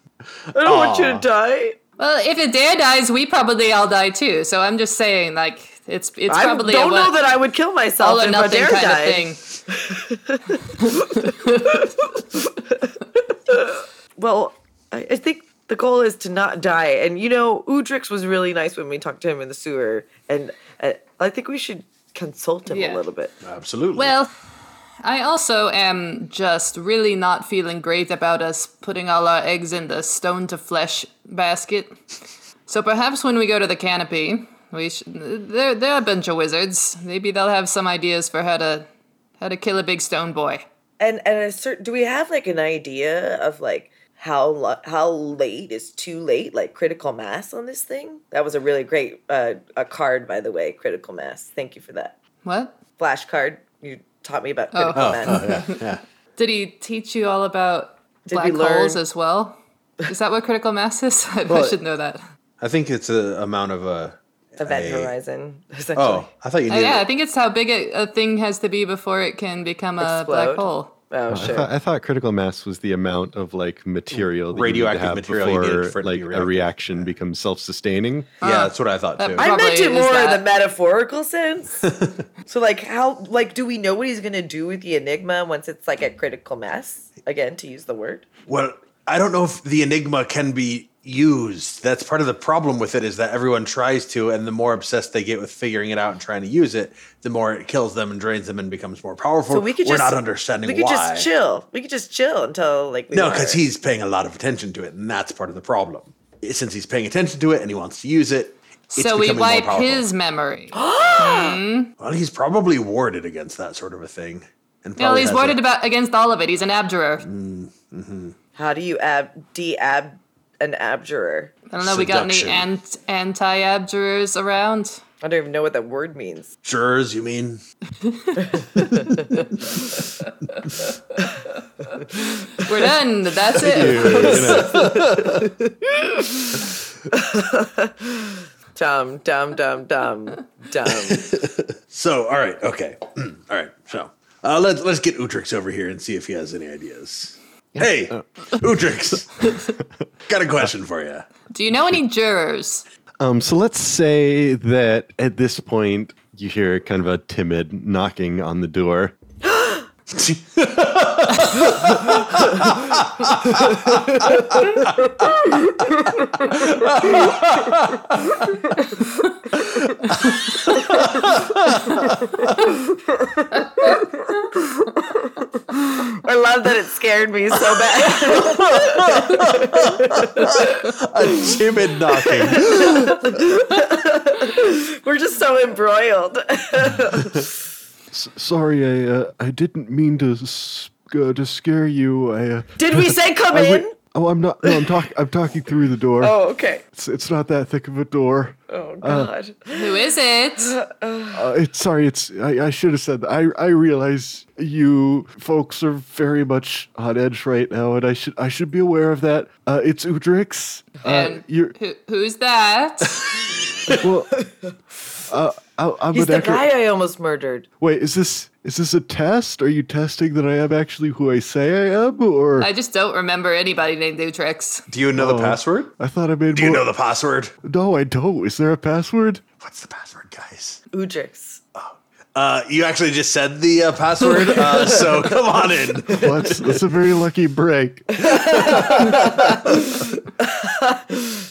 I don't want you to
Aw.
die.
Well, if Adair dies, we probably all die too. So I'm just saying, like, it's it's
I
probably
don't
a
know
what-
that I would kill
all
myself
or
if I
nothing
dare
kind
die.
of thing.
Well, I, I think the goal is to not die. And you know, Udrix was really nice when we talked to him in the sewer, and uh, I think we should consult him
Yeah.
a little bit.
Absolutely.
Well, I also am just really not feeling great about us putting all our eggs in the stone to flesh basket. So perhaps when we go to the canopy, we sh- they're, they're a bunch of wizards. Maybe they'll have some ideas for how to how to kill a big stone boy.
And and a certain, do we have like an idea of like how lo- how late is too late? Like critical mass on this thing. That was a really great uh, a card, by the way. Critical mass. Thank you for that
What
flashcard. You taught me about critical
oh,
mass.
oh, yeah, yeah.
did he teach you all about
Did we
black holes
learn-
as well? Is that what critical mass is? I,
Well,
should know that.
I think it's a amount of a
Event
a-
horizon. Essentially.
Oh, I thought you
Oh,
knew.
yeah, I think it's how big a, a thing has to be before it can become a
Explode.
black hole.
Oh,
I
sure.
thought, I thought critical mass was the amount of like material, that you need
Radioactive
to have
material you
before
needed for it to
like
be
a
reactive.
reaction becomes self-sustaining.
yeah, that's what I thought
That
too.
Uh, I-
I meant
Probably
it
is
more in
that-
the metaphorical sense. so, like, how, like, do we know what he's gonna do with the enigma once it's like at critical mass? Again, to use the word.
well, I don't know if the enigma can be used. That's part of the problem with it is that everyone tries to, and the more obsessed they get with figuring it out and trying to use it, the more it kills them and drains them and becomes more powerful.
So we could
We're
just
not understanding
We could
why.
just chill. We could just chill until like we
No,
are.
because he's paying a lot of attention to it, and that's part of the problem. Since he's paying attention to it and he wants to use it, it's
so we
becoming more
wipe
powerful. Oh,
his memory.
Well, he's probably warded against that sort of a thing. And
no,
probably
he's
has
warded
a-
about against all of it. He's an abjurer.
How do you ab de ab an abjurer?
I don't know. We got any
Seduction.
ant- anti-abjurers around?
I don't even know what that word means.
Jurors, you mean?
We're done. That's it.
Dumb, dumb, dumb, dumb, dumb.
So, all right, okay, all right. So, uh, let's let's get Utrix over here and see if he has any ideas. Hey, Utrix, got a question for you.
Do you know any jurors?
Um, so let's say that at this point you hear kind of a timid knocking on the door.
I love that it scared me so bad.
Timid knocking.
We're just so embroiled.
S- sorry, I uh, I didn't mean to s- uh, to scare you. I, uh,
Did we say come
I
in?
wi- oh, I'm not. No, I'm talking. I'm talking through the door.
Oh, okay.
It's, it's not that thick of a door.
Oh
Uh,
God.
Who is it?
Uh, it's sorry. It's I, I should have said that. I I realize you folks are very much on edge right now, and I should I should be aware of that. Uh, it's Udrix. Uh,
And
you're
Who, who's that?
well, uh, I, I
He's
would
the
actually,
guy I almost murdered.
Wait, is this is this a test? Are you testing that I am actually who I say I am, or
I
I,
just don't remember anybody named Utrex.
Do you know
Oh.
the password?
thought I made
Do you
more?
know the password?
no, I don't. Is there a password?
What's the password, guys?
Udrix.
Uh, you actually just said the uh, password, uh, so come on in.
Well, that's, that's a very lucky break.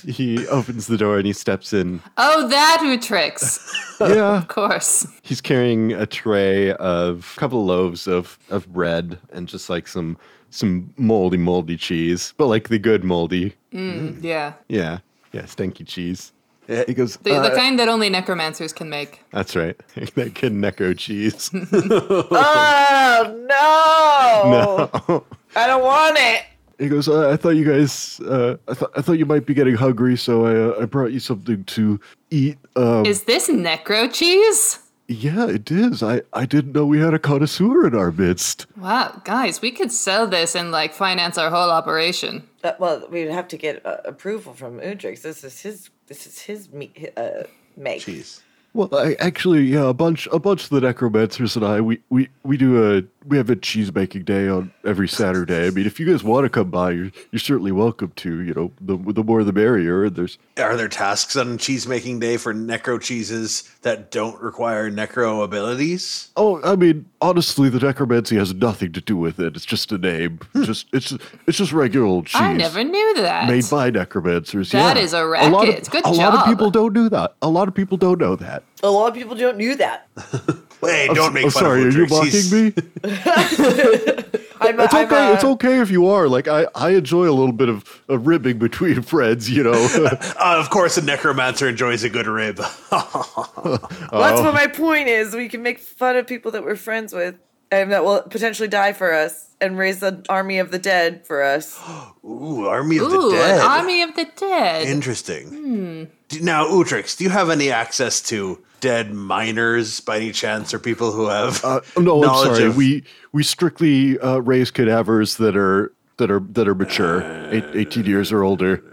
he opens the door and he steps in.
Oh, that Utrex.
Yeah,
Of course.
he's carrying a tray of a couple loaves of of bread and just like some some moldy moldy cheese, but like the good moldy.
Hmm, Yeah.
Yeah, yeah, stinky cheese.
Yeah.
He goes.
The,
"Uh,
the kind that only necromancers can make.
That's right. that kid Necco cheese.
Oh no! I don't want it.
He goes, uh, I thought you guys, uh, I, th- I thought you might be getting hungry, so I, uh, I brought you something to eat.
oh.
Um,
Is this necro cheese?
yeah, it is. I, I didn't know we had a connoisseur in our midst.
Wow, guys, we could sell this and like finance our whole operation.
Uh, well, we would have to get uh, approval from Udrix. This is his. This is his me- uh, make.
Jeez.
Well, I, actually, yeah, a bunch, a bunch of the necromancers and I, we, we, we do a, we have a cheese making day on every Saturday. I mean, if you guys want to come by, you're, you're certainly welcome to. You know, the the more the merrier. There's
Are there tasks on cheese making day for necro cheeses that don't require necro abilities?
Oh, I mean, honestly, the necromancy has nothing to do with it. It's just a name. just it's it's just regular old cheese
Hmm. I never knew that.
made by necromancers.
That
yeah.
is a
A lot
racket.
of,
Good
a lot of
job.
people don't do that. A lot of people don't know that.
A lot of people don't knew that.
Wait, don't make
I'm
fun
sorry,
of
are you
Udrix.
mocking
He's-
me?
I'm,
It's
I'm,
okay.
uh,
it's okay if you are. Like I, I enjoy a little bit of, of ribbing between friends. You know.
Uh, of course, a necromancer enjoys a good rib.
well, That's what my point is. We can make fun of people that we're friends with and that will potentially die for us and raise an army of the dead for us.
Ooh, army of
Ooh,
the dead.
an army of the dead. Hmm.
Interesting. Do- Now, Utrix, do you have any access to dead miners by any chance, or people who have
Uh, no, I'm
knowledge
sorry.
of-
We we strictly uh, raise cadavers that are that are that are mature, eight, 18 years or older.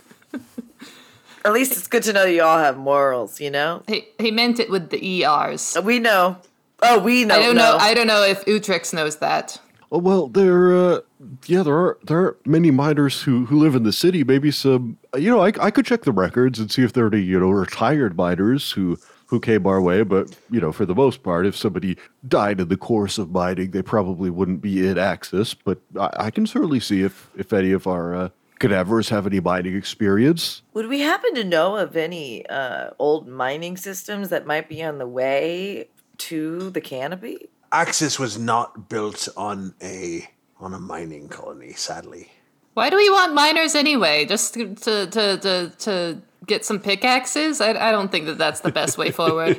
At least it's good to know you all have morals, you know?
he, he meant it with the ERs.
We know. Oh, we know.
I don't know.
no.
I don't know if Utrex knows that.
Oh, Well, there, uh, yeah, there are there aren't many miners who who live in the city. Maybe some, you know, I, I could check the records and see if there are any, you know, retired miners who who came our way. But you know, for the most part, if somebody died in the course of mining, they probably wouldn't be in access. But I, I can certainly see if if any of our uh, cadavers have any mining experience.
Would we happen to know of any uh, old mining systems that might be on the way to the canopy?
Axis was not built on a on a mining colony, sadly.
Why do we want miners anyway? Just to to to to, to get some pickaxes? I, I don't think that that's the best way forward.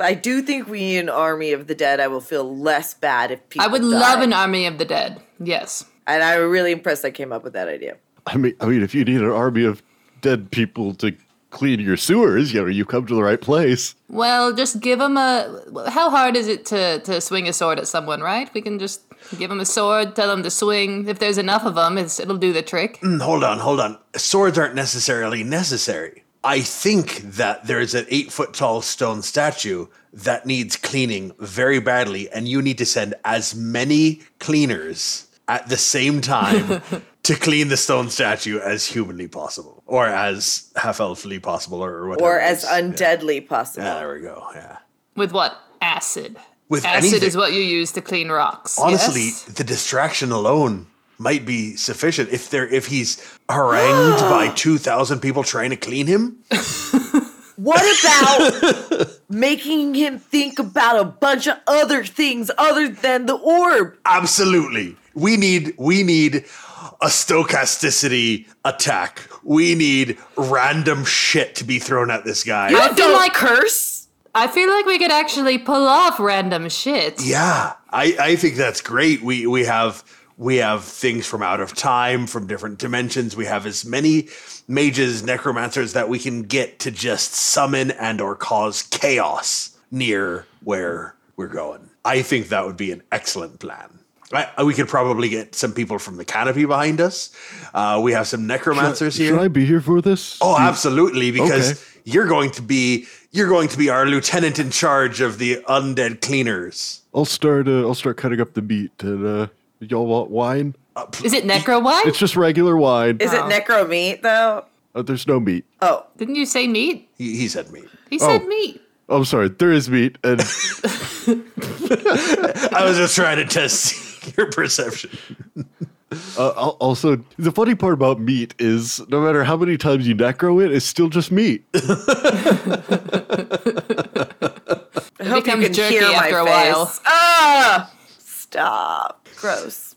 I do think we need an army of the dead. I will feel less bad if people.
I would
die.
love an army of the dead. Yes.
And I'm really impressed I came up with that idea.
I mean, I mean, if you need an army of dead people to clean your sewers, you know, you come to the right place.
Well, just give them a. How hard is it to, to swing a sword at someone, right? We can just give them a sword, tell them to swing. If there's enough of them, it's, it'll do the trick.
Mm, Hold on, hold on. Swords aren't necessarily necessary. I think that there is an eight foot tall stone statue that needs cleaning very badly, and you need to send as many cleaners at the same time to clean the stone statue as humanly possible, or as half elfly possible, or whatever.
Or
it
as
is.
undeadly possible.
yeah, there we go. Yeah.
With what? Acid.
With
Acid
anything.
is what you use to clean rocks.
honestly
yes?
the distraction alone might be sufficient if there if he's harangued by 2000 people trying to clean him
What about making him think about a bunch of other things other than the orb?
absolutely we need we need a stochasticity attack we need random shit to be thrown at this guy
I feel like
curse.
I feel like we could actually pull off random shit.
yeah i i think that's great we we have we have things from out of time from different dimensions we have as many mages necromancers that we can get to just summon and or cause chaos near where we're going i think that would be an excellent plan I, we could probably get some people from the canopy behind us uh, we have some necromancers
Should
here
I be here for this?
Oh, absolutely, because
Okay.
you're going to be you're going to be our lieutenant in charge of the undead cleaners.
I'll start. Uh, I'll start cutting up the meat. And uh, y'all want wine?
Is it necro wine?
It's just regular wine.
Is
Oh.
it necro meat though?
Uh, there's no meat.
Oh,
Didn't you say meat?
He, he said meat.
He said
Oh.
meat.
I'm sorry. There is meat, and
I was just trying to test your perception.
uh, al- also the funny part about meat is no matter how many times you necro it, it's still just meat.
I hope you
becomes
can
jerky
hear my
after a
face.
while.
Ah, stop. Gross.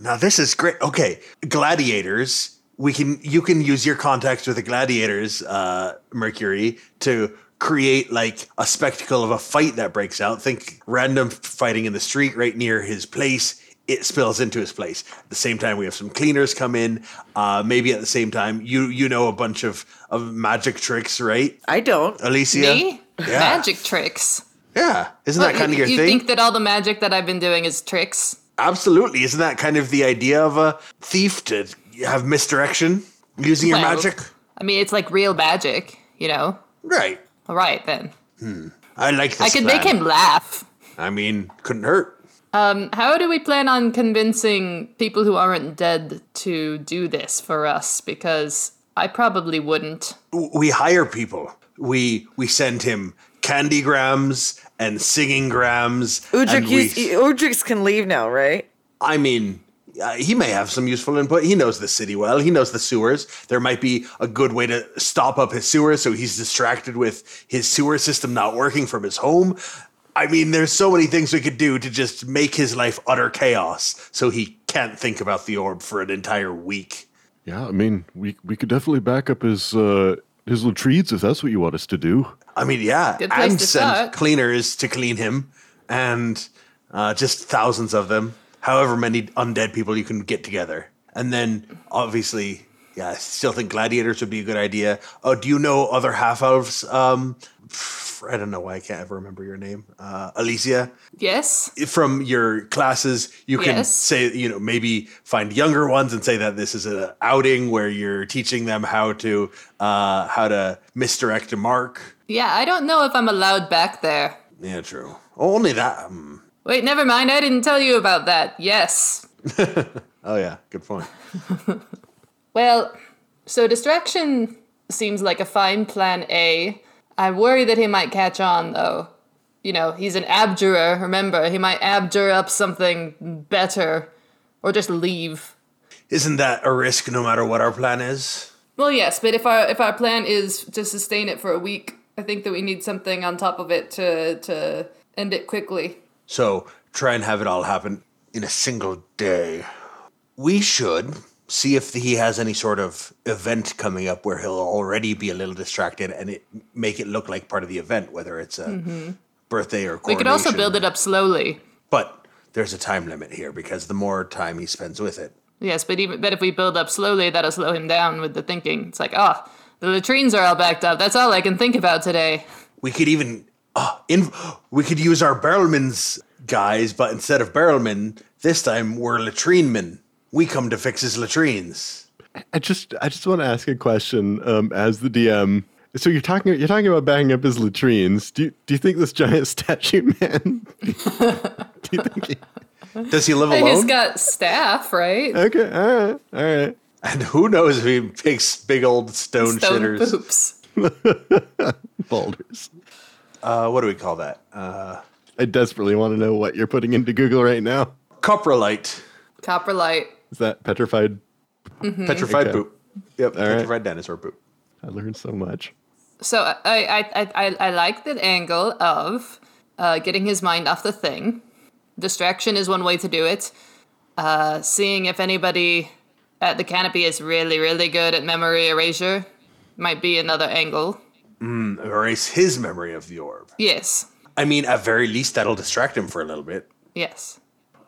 Now this is great. Okay, gladiators. We can you can use your contacts with the gladiators, uh, Mercury, to create like a spectacle of a fight that breaks out. Think random fighting in the street right near his place. It spills into his place. At the same time, we have some cleaners come in. Uh, maybe at the same time, you you know a bunch of of magic tricks, right,
I don't.
Alicia?
Me?
Yeah,
Magic tricks.
Yeah, isn't that kind of
you
your
you
thing?
think that all the magic that I've been doing is tricks?
Absolutely. Isn't that kind of the idea of a thief to have misdirection using your
Well,
magic?
I mean, it's like real magic, you know?
Right.
All right, then.
I like this.
I could
plan.
make him laugh.
I mean, couldn't hurt.
Um, how do we plan on convincing people who aren't dead to do this for us? Because I probably wouldn't.
W- We hire people. We we send him candy grams and singing grams. and
Udrick,
we-
use, Udrick's can leave now, right?
I mean, uh, he may have some useful input. He knows the city well. He knows the sewers. There might be a good way to stop up his sewers so he's distracted with his sewer system not working from his home. I mean, there's so many things we could do to just make his life utter chaos so he can't think about the orb for an entire week.
Yeah, I mean, we we could definitely back up his uh, his latrines if that's what you want us to do.
I mean, yeah,
Good place
and
to
send
start.
cleaners to clean him, and uh, just thousands of them, however many undead people you can get together, and then obviously, yeah, I still think gladiators would be a good idea. Oh, do you know other half elves? Um, pff, I don't know why I can't ever remember your name, uh, Alicia
Yes?
from your classes, you can
Yes.
say, you know, maybe find younger ones and say that this is an outing where you're teaching them how to uh, how to misdirect a mark.
Yeah, I don't know if I'm allowed back there.
Yeah, true. Only that. Um,
Wait, never mind. I didn't tell you about that. Yes.
oh yeah, good point.
Well, so distraction seems like a fine plan A. I worry that he might catch on, though. You know, he's an abjurer, remember? He might abjure up something better or just leave.
Isn't that a risk? No matter what our plan is.
Well, yes, but if our if our plan is to sustain it for a week, I think that we need something on top of it to to end it quickly.
So try and have it all happen in a single day. We should see if he has any sort of event coming up where he'll already be a little distracted and it make it look like part of the event, whether it's a birthday or
We
coronation.
could also build it up slowly.
But there's a time limit here because the more time he spends with it.
Yes, but even but if we build up slowly, that'll slow him down with the thinking. It's like, ah, the latrines are all backed up. That's all I can think about today.
We could even uh, in, we could use our barrelman's guys, but instead of barrelmen, this time we're latrine men. We come to fix his latrines.
I just I just want to ask a question um, as the DM. So you're talking you're talking about backing up his latrines. Do you, do you think this giant statue man? do you think? He,
Does he live
And
alone?
he's got staff, right?
okay, all right, all right.
And who knows if he picks big old stone,
Stone
shitters?
poops.
Boulders.
Uh, what do we call that? Uh,
I desperately want to know what you're putting into Google right now.
coprolite,
Coprolite.
Is that petrified?
Mm-hmm.
petrified
Okay.
poop. Yep,
right.
petrified dinosaur poop.
I learned so much.
So I I, I, I I like that angle of uh, getting his mind off the thing. Distraction is one way to do it. Uh, seeing if anybody at the canopy is really really good at memory erasure might be another angle.
Erase his memory of the orb.
Yes,
I mean, at very least, that'll distract him for a little bit.
yes.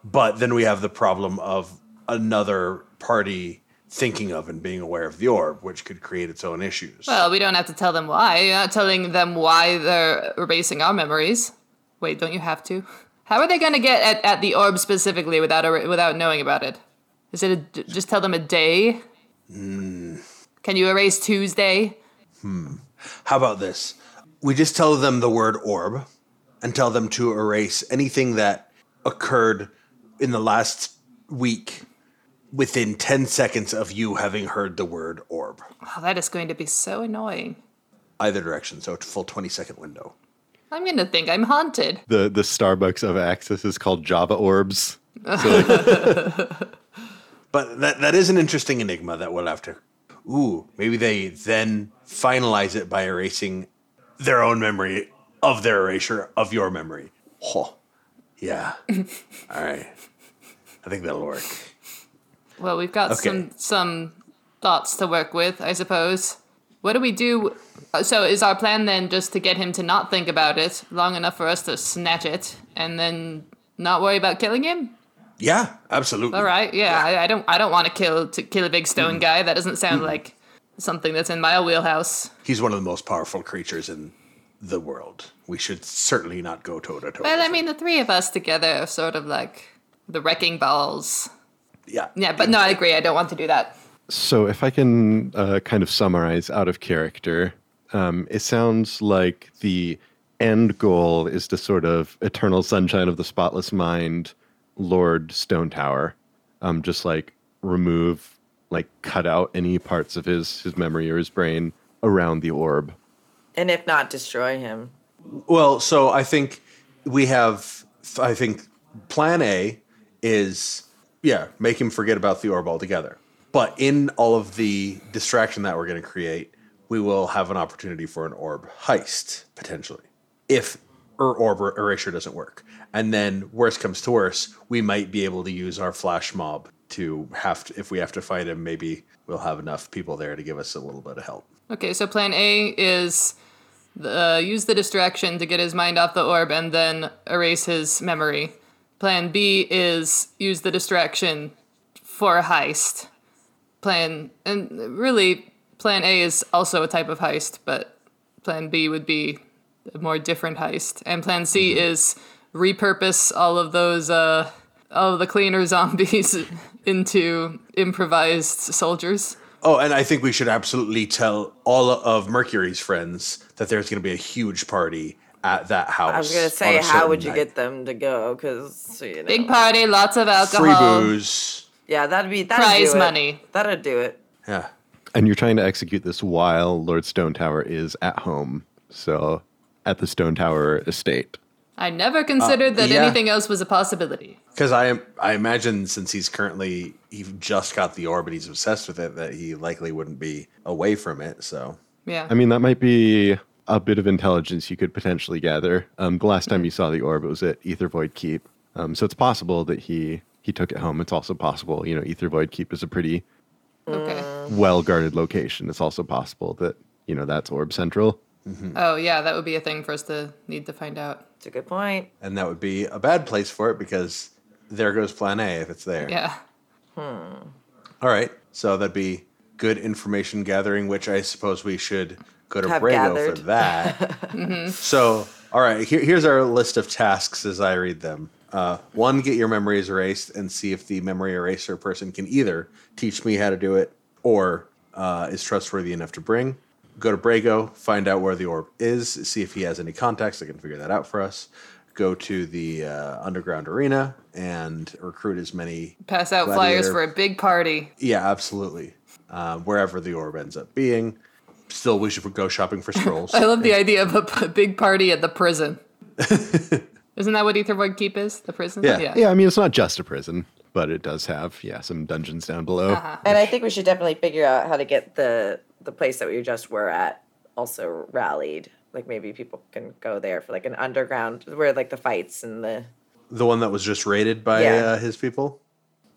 But then we have the problem of another party thinking of and being aware of the orb, which could create its own issues.
Well, we don't have to tell them why. You're not telling them why they're erasing our memories. Wait, don't you have to? How are they going to get at, at the orb specifically without er- without knowing about it? Is it a d just tell them a day? Can you erase Tuesday?
How about this? We just tell them the word orb and tell them to erase anything that occurred in the last week within 10 seconds of you having heard the word orb.
Oh, that is going to be so annoying.
Either direction, so a full 20 second window.
I'm going to think I'm haunted.
The the Starbucks of Axis is called Java Orbs. So like,
But that that is an interesting enigma that we'll have to. Ooh, maybe they then finalize it by erasing their own memory of their erasure of your memory. Huh. Yeah. All right. I think that'll work.
Well, we've got
Okay.
some some thoughts to work with, I suppose. What do we do? uh, So, is our plan then just to get him to not think about it long enough for us to snatch it and then not worry about killing him?
Yeah, absolutely.
All right, yeah, I, I don't, I don't want to kill to kill a big stone guy. That doesn't sound like something that's in my wheelhouse.
He's one of the most powerful creatures in the world. We should certainly not go toe to toe.
Well, I mean, the three of us together are sort of like the wrecking balls.
yeah.
Yeah, but no, I agree. I don't want to do that.
so if I can uh, kind of summarize out of character, um, it sounds like the end goal is to sort of eternal sunshine of the spotless mind, Lord Stone Tower, um, just like remove, like cut out any parts of his his memory or his brain around the orb.
And if not, destroy him.
Well, so I think we have. I think plan A is yeah, make him forget about the orb altogether. But in all of the distraction that we're going to create, we will have an opportunity for an orb heist potentially, if or orb er- erasure doesn't work. And then worst comes to worst, we might be able to use our flash mob to have to, if we have to fight him. Maybe we'll have enough people there to give us a little bit of help.
Okay, so plan A is uh, use the distraction to get his mind off the orb and then erase his memory. Plan B is use the distraction for a heist. Plan and really plan A is also a type of heist, but plan B would be a more different heist. And plan C
Mm-hmm.
is repurpose all of those uh all of the cleaner zombies into improvised soldiers.
Oh, and I think we should absolutely tell all of Mercury's friends that there's going to be a huge party at that house.
I was gonna say, how would you get them to go? Because you know,
Big party, lots of
free
alcohol.
booze?
yeah, that'd be that'd
Prize
do it.
money.
That'd do it.
Yeah,
And you're trying to execute this while Lord Stone Tower is at home, so at the Stone Tower estate.
I never considered that
Uh, yeah.
anything else was a possibility.
because I am. I imagine since he's currently he just got the orb and he's obsessed with it, that he likely wouldn't be away from it. So
Yeah.
I mean, that might be a bit of intelligence you could potentially gather. Um, the last time you saw the orb, it was at Ether Void Keep. Um, so it's possible that he he took it home. It's also possible, you know, Ether Void Keep is a pretty
okay.
well guarded location. It's also possible that you know that's Orb Central.
Oh, yeah, that would be a thing for us to need to find out.
It's a good point.
and that would be a bad place for it because there goes Plan A if it's there.
Yeah.
All right. So that'd be good information gathering, which I suppose we should go to
Have
Brago
gathered. Mm-hmm.
for that. So, all right. Here, here's our list of tasks as I read them. Uh, one, get your memories erased and see if the memory eraser person can either teach me how to do it or uh, is trustworthy enough to bring. Go to Brago, find out where the orb is, see if he has any contacts that can figure that out for us. Go to the uh, underground arena and recruit as many
Pass out flyers
Gladiator.
for a big party.
yeah, absolutely. Uh, wherever the orb ends up being. Still, we should go shopping for scrolls.
I love the idea of a p- big party at the prison. Isn't that what Etherwood Keep is? The prison?
Yeah.
Yeah, I mean, it's not just a prison, but it does have yeah some dungeons down below.
And I think we should definitely figure out how to get the the place that we just were at also rallied. Like maybe people can go there for like an underground where like the fights and the
the one that was just raided by
Yeah.
uh, his people.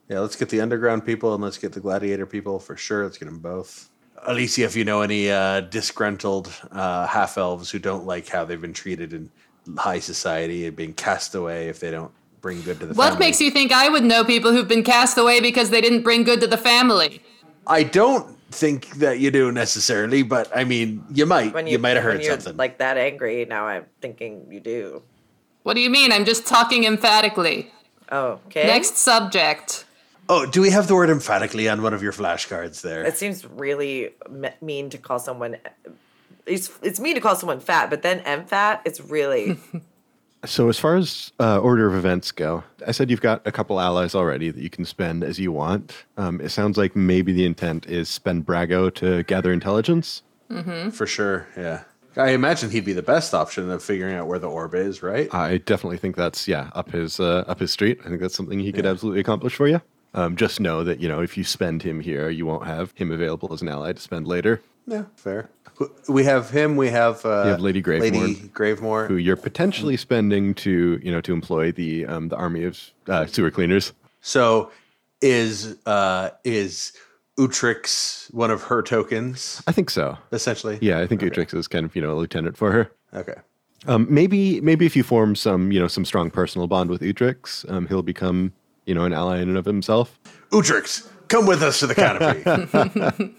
Yeah, let's get the underground people and let's get the gladiator people for sure. Let's get them both. Alicia, if you know any uh, disgruntled uh, half elves who don't like how they've been treated in high society and being cast away if they don't bring good to the
What
family.
makes you think I would know people who've been cast away because they didn't bring good to the family?
I don't think that you do necessarily, but I mean, you might.
when
you,
you,
might have
when
heard
you're,
something.
like that angry. Now I'm thinking you do.
What do you mean? I'm just talking emphatically.
Oh,
Eh?
okay.
Next subject.
oh, do we have the word emphatically on one of your flashcards there?
It seems really me- mean to call someone it's it's mean to call someone fat, but then M fat, it's really
So, as far as uh, order of events go, I said you've got a couple allies already that you can spend as you want. Um, it sounds like maybe the intent is spend Brago to gather intelligence.
for sure. Yeah. I imagine he'd be the best option of figuring out where the orb is, right?
I definitely think that's yeah up his uh, up his street. I think that's something he could absolutely accomplish for you. Um, just know that you know if you spend him here, you won't have him available as an ally to spend later.
yeah, fair. We have him. We have, uh,
You have Lady Gravemore.
Lady Gravemore.
Who you're potentially spending to you know to employ the um, the army of uh, sewer cleaners.
So is uh is Utrix one of her tokens
I think so.
essentially?
Yeah, I think Utrix is kind of you know a lieutenant for her.
Okay.
Um, maybe maybe if you form some you know some strong personal bond with Utrix, um, he'll become you know an ally in and of himself.
Utrix, come with us to the canopy.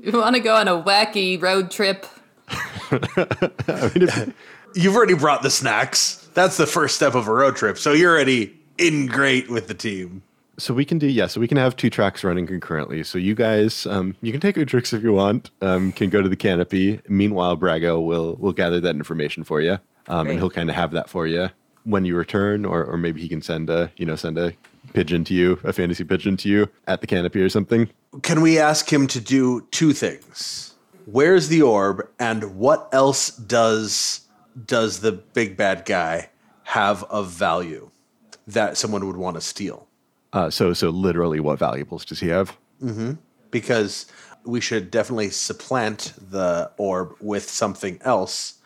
You want to go on a wacky road trip?
I mean, if-
You've already brought the snacks. That's the first step of a road trip. So you're already in great with the team.
so we can do yeah. So we can have two tracks running concurrently. So you guys um, you can take Utrix if you want. Um, can go to the canopy. Meanwhile, Brago will will gather that information for you, um,
Great.
and he'll kind of have that for you when you return, or or maybe he can send a you know send a pigeon to you, a fantasy pigeon to you at the canopy or something.
Can we ask him to do two things? Where's the orb and what else does does the big bad guy have of value that someone would want to steal?
Uh, so so literally, what valuables does he have?
because we should definitely supplant the orb with something else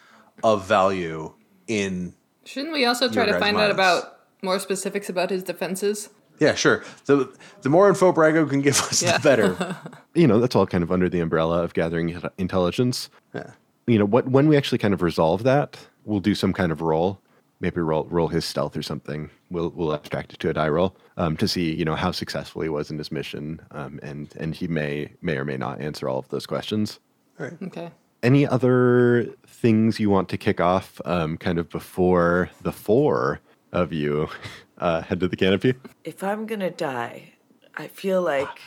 of value in
Shouldn't we also try
Your
to
red
find out
miles.
about more specifics about his defenses?
yeah sure the the more info brago can give us
Yeah.
the better
you know that's all kind of under the umbrella of gathering in- intelligence
Yeah.
you know what when we actually kind of resolve that we'll do some kind of roll maybe roll roll his stealth or something we'll we'll abstract it to a die roll um, to see you know how successful he was in his mission um, and and he may may or may not answer all of those questions
Okay.
any other things you want to kick off um, kind of before the four of you uh, head to the canopy
if I'm gonna die, I feel like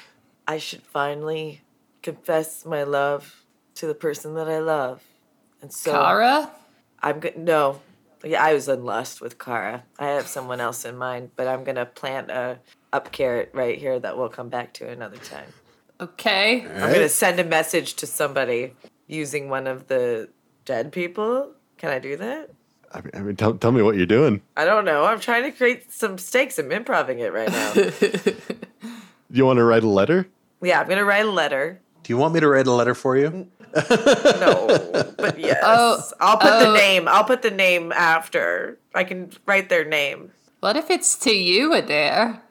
I should finally confess my love to the person that I love. And so
Kara?
I'm gonna no. Yeah, I was in lust with Kara. I have someone else in mind, but I'm gonna plant a up carrot right here that we'll come back to another time.
Okay.
I'm gonna send a message to somebody using one of the dead people. Can I do that?
i mean, I mean tell, tell me what you're doing
I don't know. I'm trying to create some stakes. I'm improving it right now.
do you want to write a letter
yeah, I'm gonna write a letter.
do you want me to write a letter for you
No, but yes,
Oh,
I'll put the
oh.
name. I'll put the name after. I can write their name.
What if it's to you, Adair?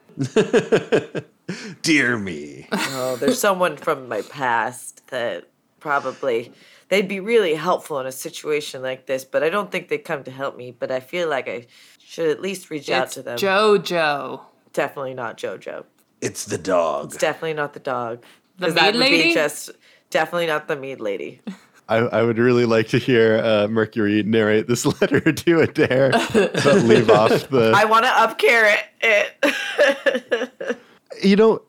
dear me
Oh, there's someone from my past that probably they'd be really helpful in a situation like this, but I don't think they come to help me. But I feel like I should at least reach out
it's
to them.
Jojo.
definitely not JoJo.
it's the dog
It's definitely not the dog.
The
'Cause that
mead
would be
lady?
Just definitely not the mead lady.
I, I would really like to hear uh, Mercury narrate this letter to Adair, but leave off the.
I want to up carrot it.
you know,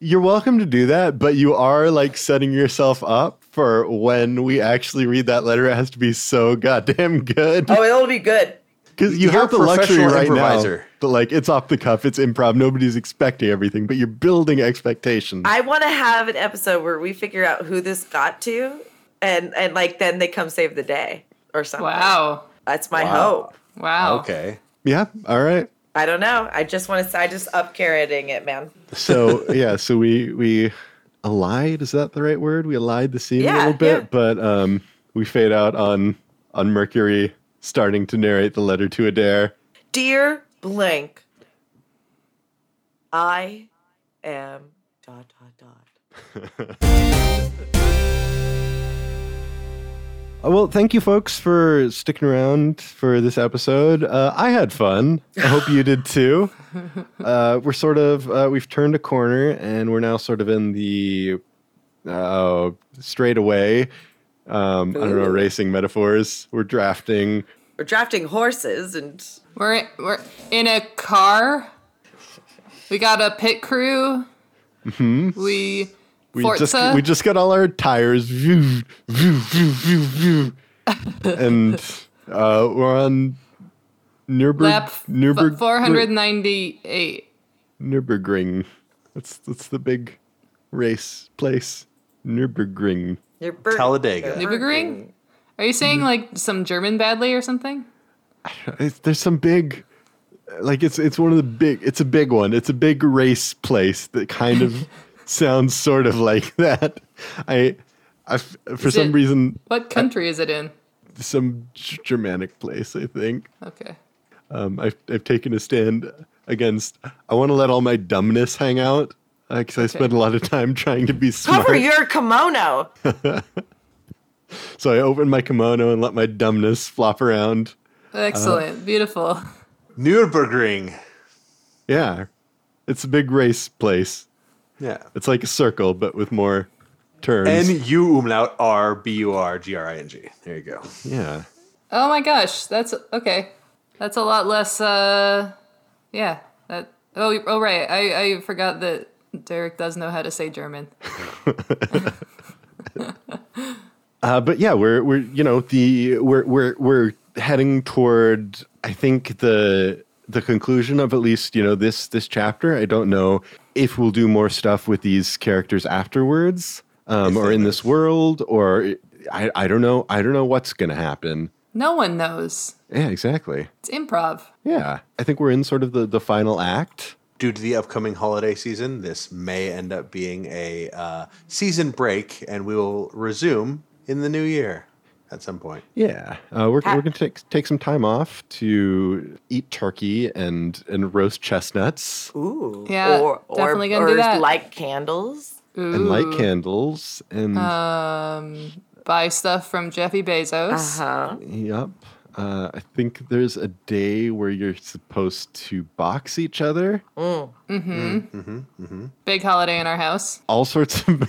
you're welcome to do that, but you are like setting yourself up for when we actually read that letter. It has to be so goddamn good
oh, it'll be good.
because you
You're
have
a
the luxury
professional
right now.
improviser.
But like, it's off the cuff, it's improv. Nobody's expecting everything, but you're building expectations.
I want to have an episode where we figure out who this got to, and and like then they come save the day or something.
Wow.
that's my
Wow.
hope.
Wow.
okay
yeah. All right.
I don't know. I just want to. I just up carroting it, man.
so yeah, so we we allied. Is that the right word? We allied the scene a
Yeah,
little bit,
yeah.
but um, we fade out on on Mercury starting to narrate the letter to Adair.
Dear blank, I am dot dot dot.
Uh, Well, thank you, folks, for sticking around for this episode. Uh, I had fun. I hope you did too. Uh, we're sort of uh, we've turned a corner, and we're now sort of in the uh, straight away. Um, I don't know,
Ooh.
racing metaphors. We're drafting.
We're drafting horses, and
We're we're in a car. We got a pit crew. We
Mm-hmm. We
Forza.
just we just got all our tires, voo, voo, voo, voo, voo. and uh, we're on Nurburg
Lap f-
Nürburg,
498.
Nürburgring. That's that's the big race place. Nürburgring.
Your bur-
Talladega.
your
Nürburgring? Are you saying
Mm-hmm.
like some German badly or something?
It's, there's some big, like it's it's one of the big. It's a big one. It's a big race place that kind of sounds sort of like that. I, I f- for
Is
some
it-
reason
What country is it in?
some G- Germanic place. I think
Okay.
um, I've I've taken a stand against. I want to let all my dumbness hang out because I spent a lot of time trying to be smart.
Cover your kimono.
so I open my kimono and let my dumbness flop around.
Excellent. Beautiful.
Nürburgring.
Yeah, it's a big race place.
Yeah.
It's like a circle, but with more turns.
N U umlaut R B U R G R I N G. There you go.
yeah.
Oh my gosh, that's okay. That's a lot less. uh Yeah. That. Oh, oh right. I I forgot that Derek does know how to say German.
Uh, but yeah, we're we're you know the we're we're we're heading toward I think the the conclusion of at least you know this this chapter. I don't know if we'll do more stuff with these characters afterwards, um, or in this world, or I I don't know I don't know what's gonna happen.
No one knows.
Yeah, exactly.
It's improv.
Yeah, I think we're in sort of the the final act.
Due to the upcoming holiday season, this may end up being a uh, season break, and we will resume in the new year at some point.
Yeah, uh, we're, we're gonna take take some time off to eat turkey and and roast chestnuts.
Ooh.
Yeah,
Or, or,
definitely gonna
or
do that.
light candles.
and light candles and
Uh, Um, buy stuff from Jeffy Bezos.
Huh?
yep uh, i think there's a day where you're supposed to box each other
Big holiday in our house.
all sorts of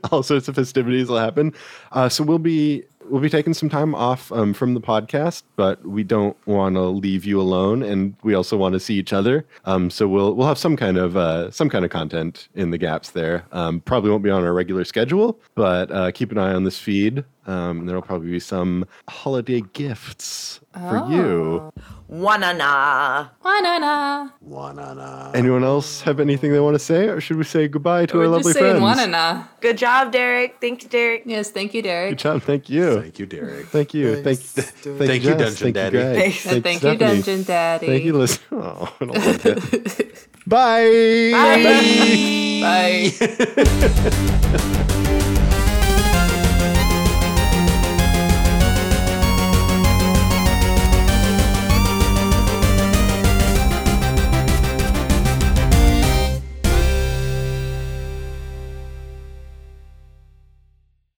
all sorts of festivities will happen uh, so we'll be we'll be taking some time off um, from the podcast but we don't want to leave you alone and we also want to see each other um, so we'll we'll have some kind of uh, some kind of content in the gaps there um, probably won't be on our regular schedule but uh, keep an eye on this feed um, there'll probably be some holiday gifts for you
Wanana.
Wanana.
Wanana.
Anyone else have anything they want to say, or should we say goodbye to our
We're
lovely
just saying
friends?
wanana.
Good job, Derek. Thank you, Derek.
Yes, thank you,
Good
Derek.
job. Thank you.
Thank you, Derek.
Thank you. Thank,
Thank you,
Jess.
Dungeon
thank
Daddy.
You, Greg.
Thanks.
And thank you,
Stephanie.
Dungeon Daddy.
Thank you, listen. Oh, I don't like it. Bye.
Bye.
Bye.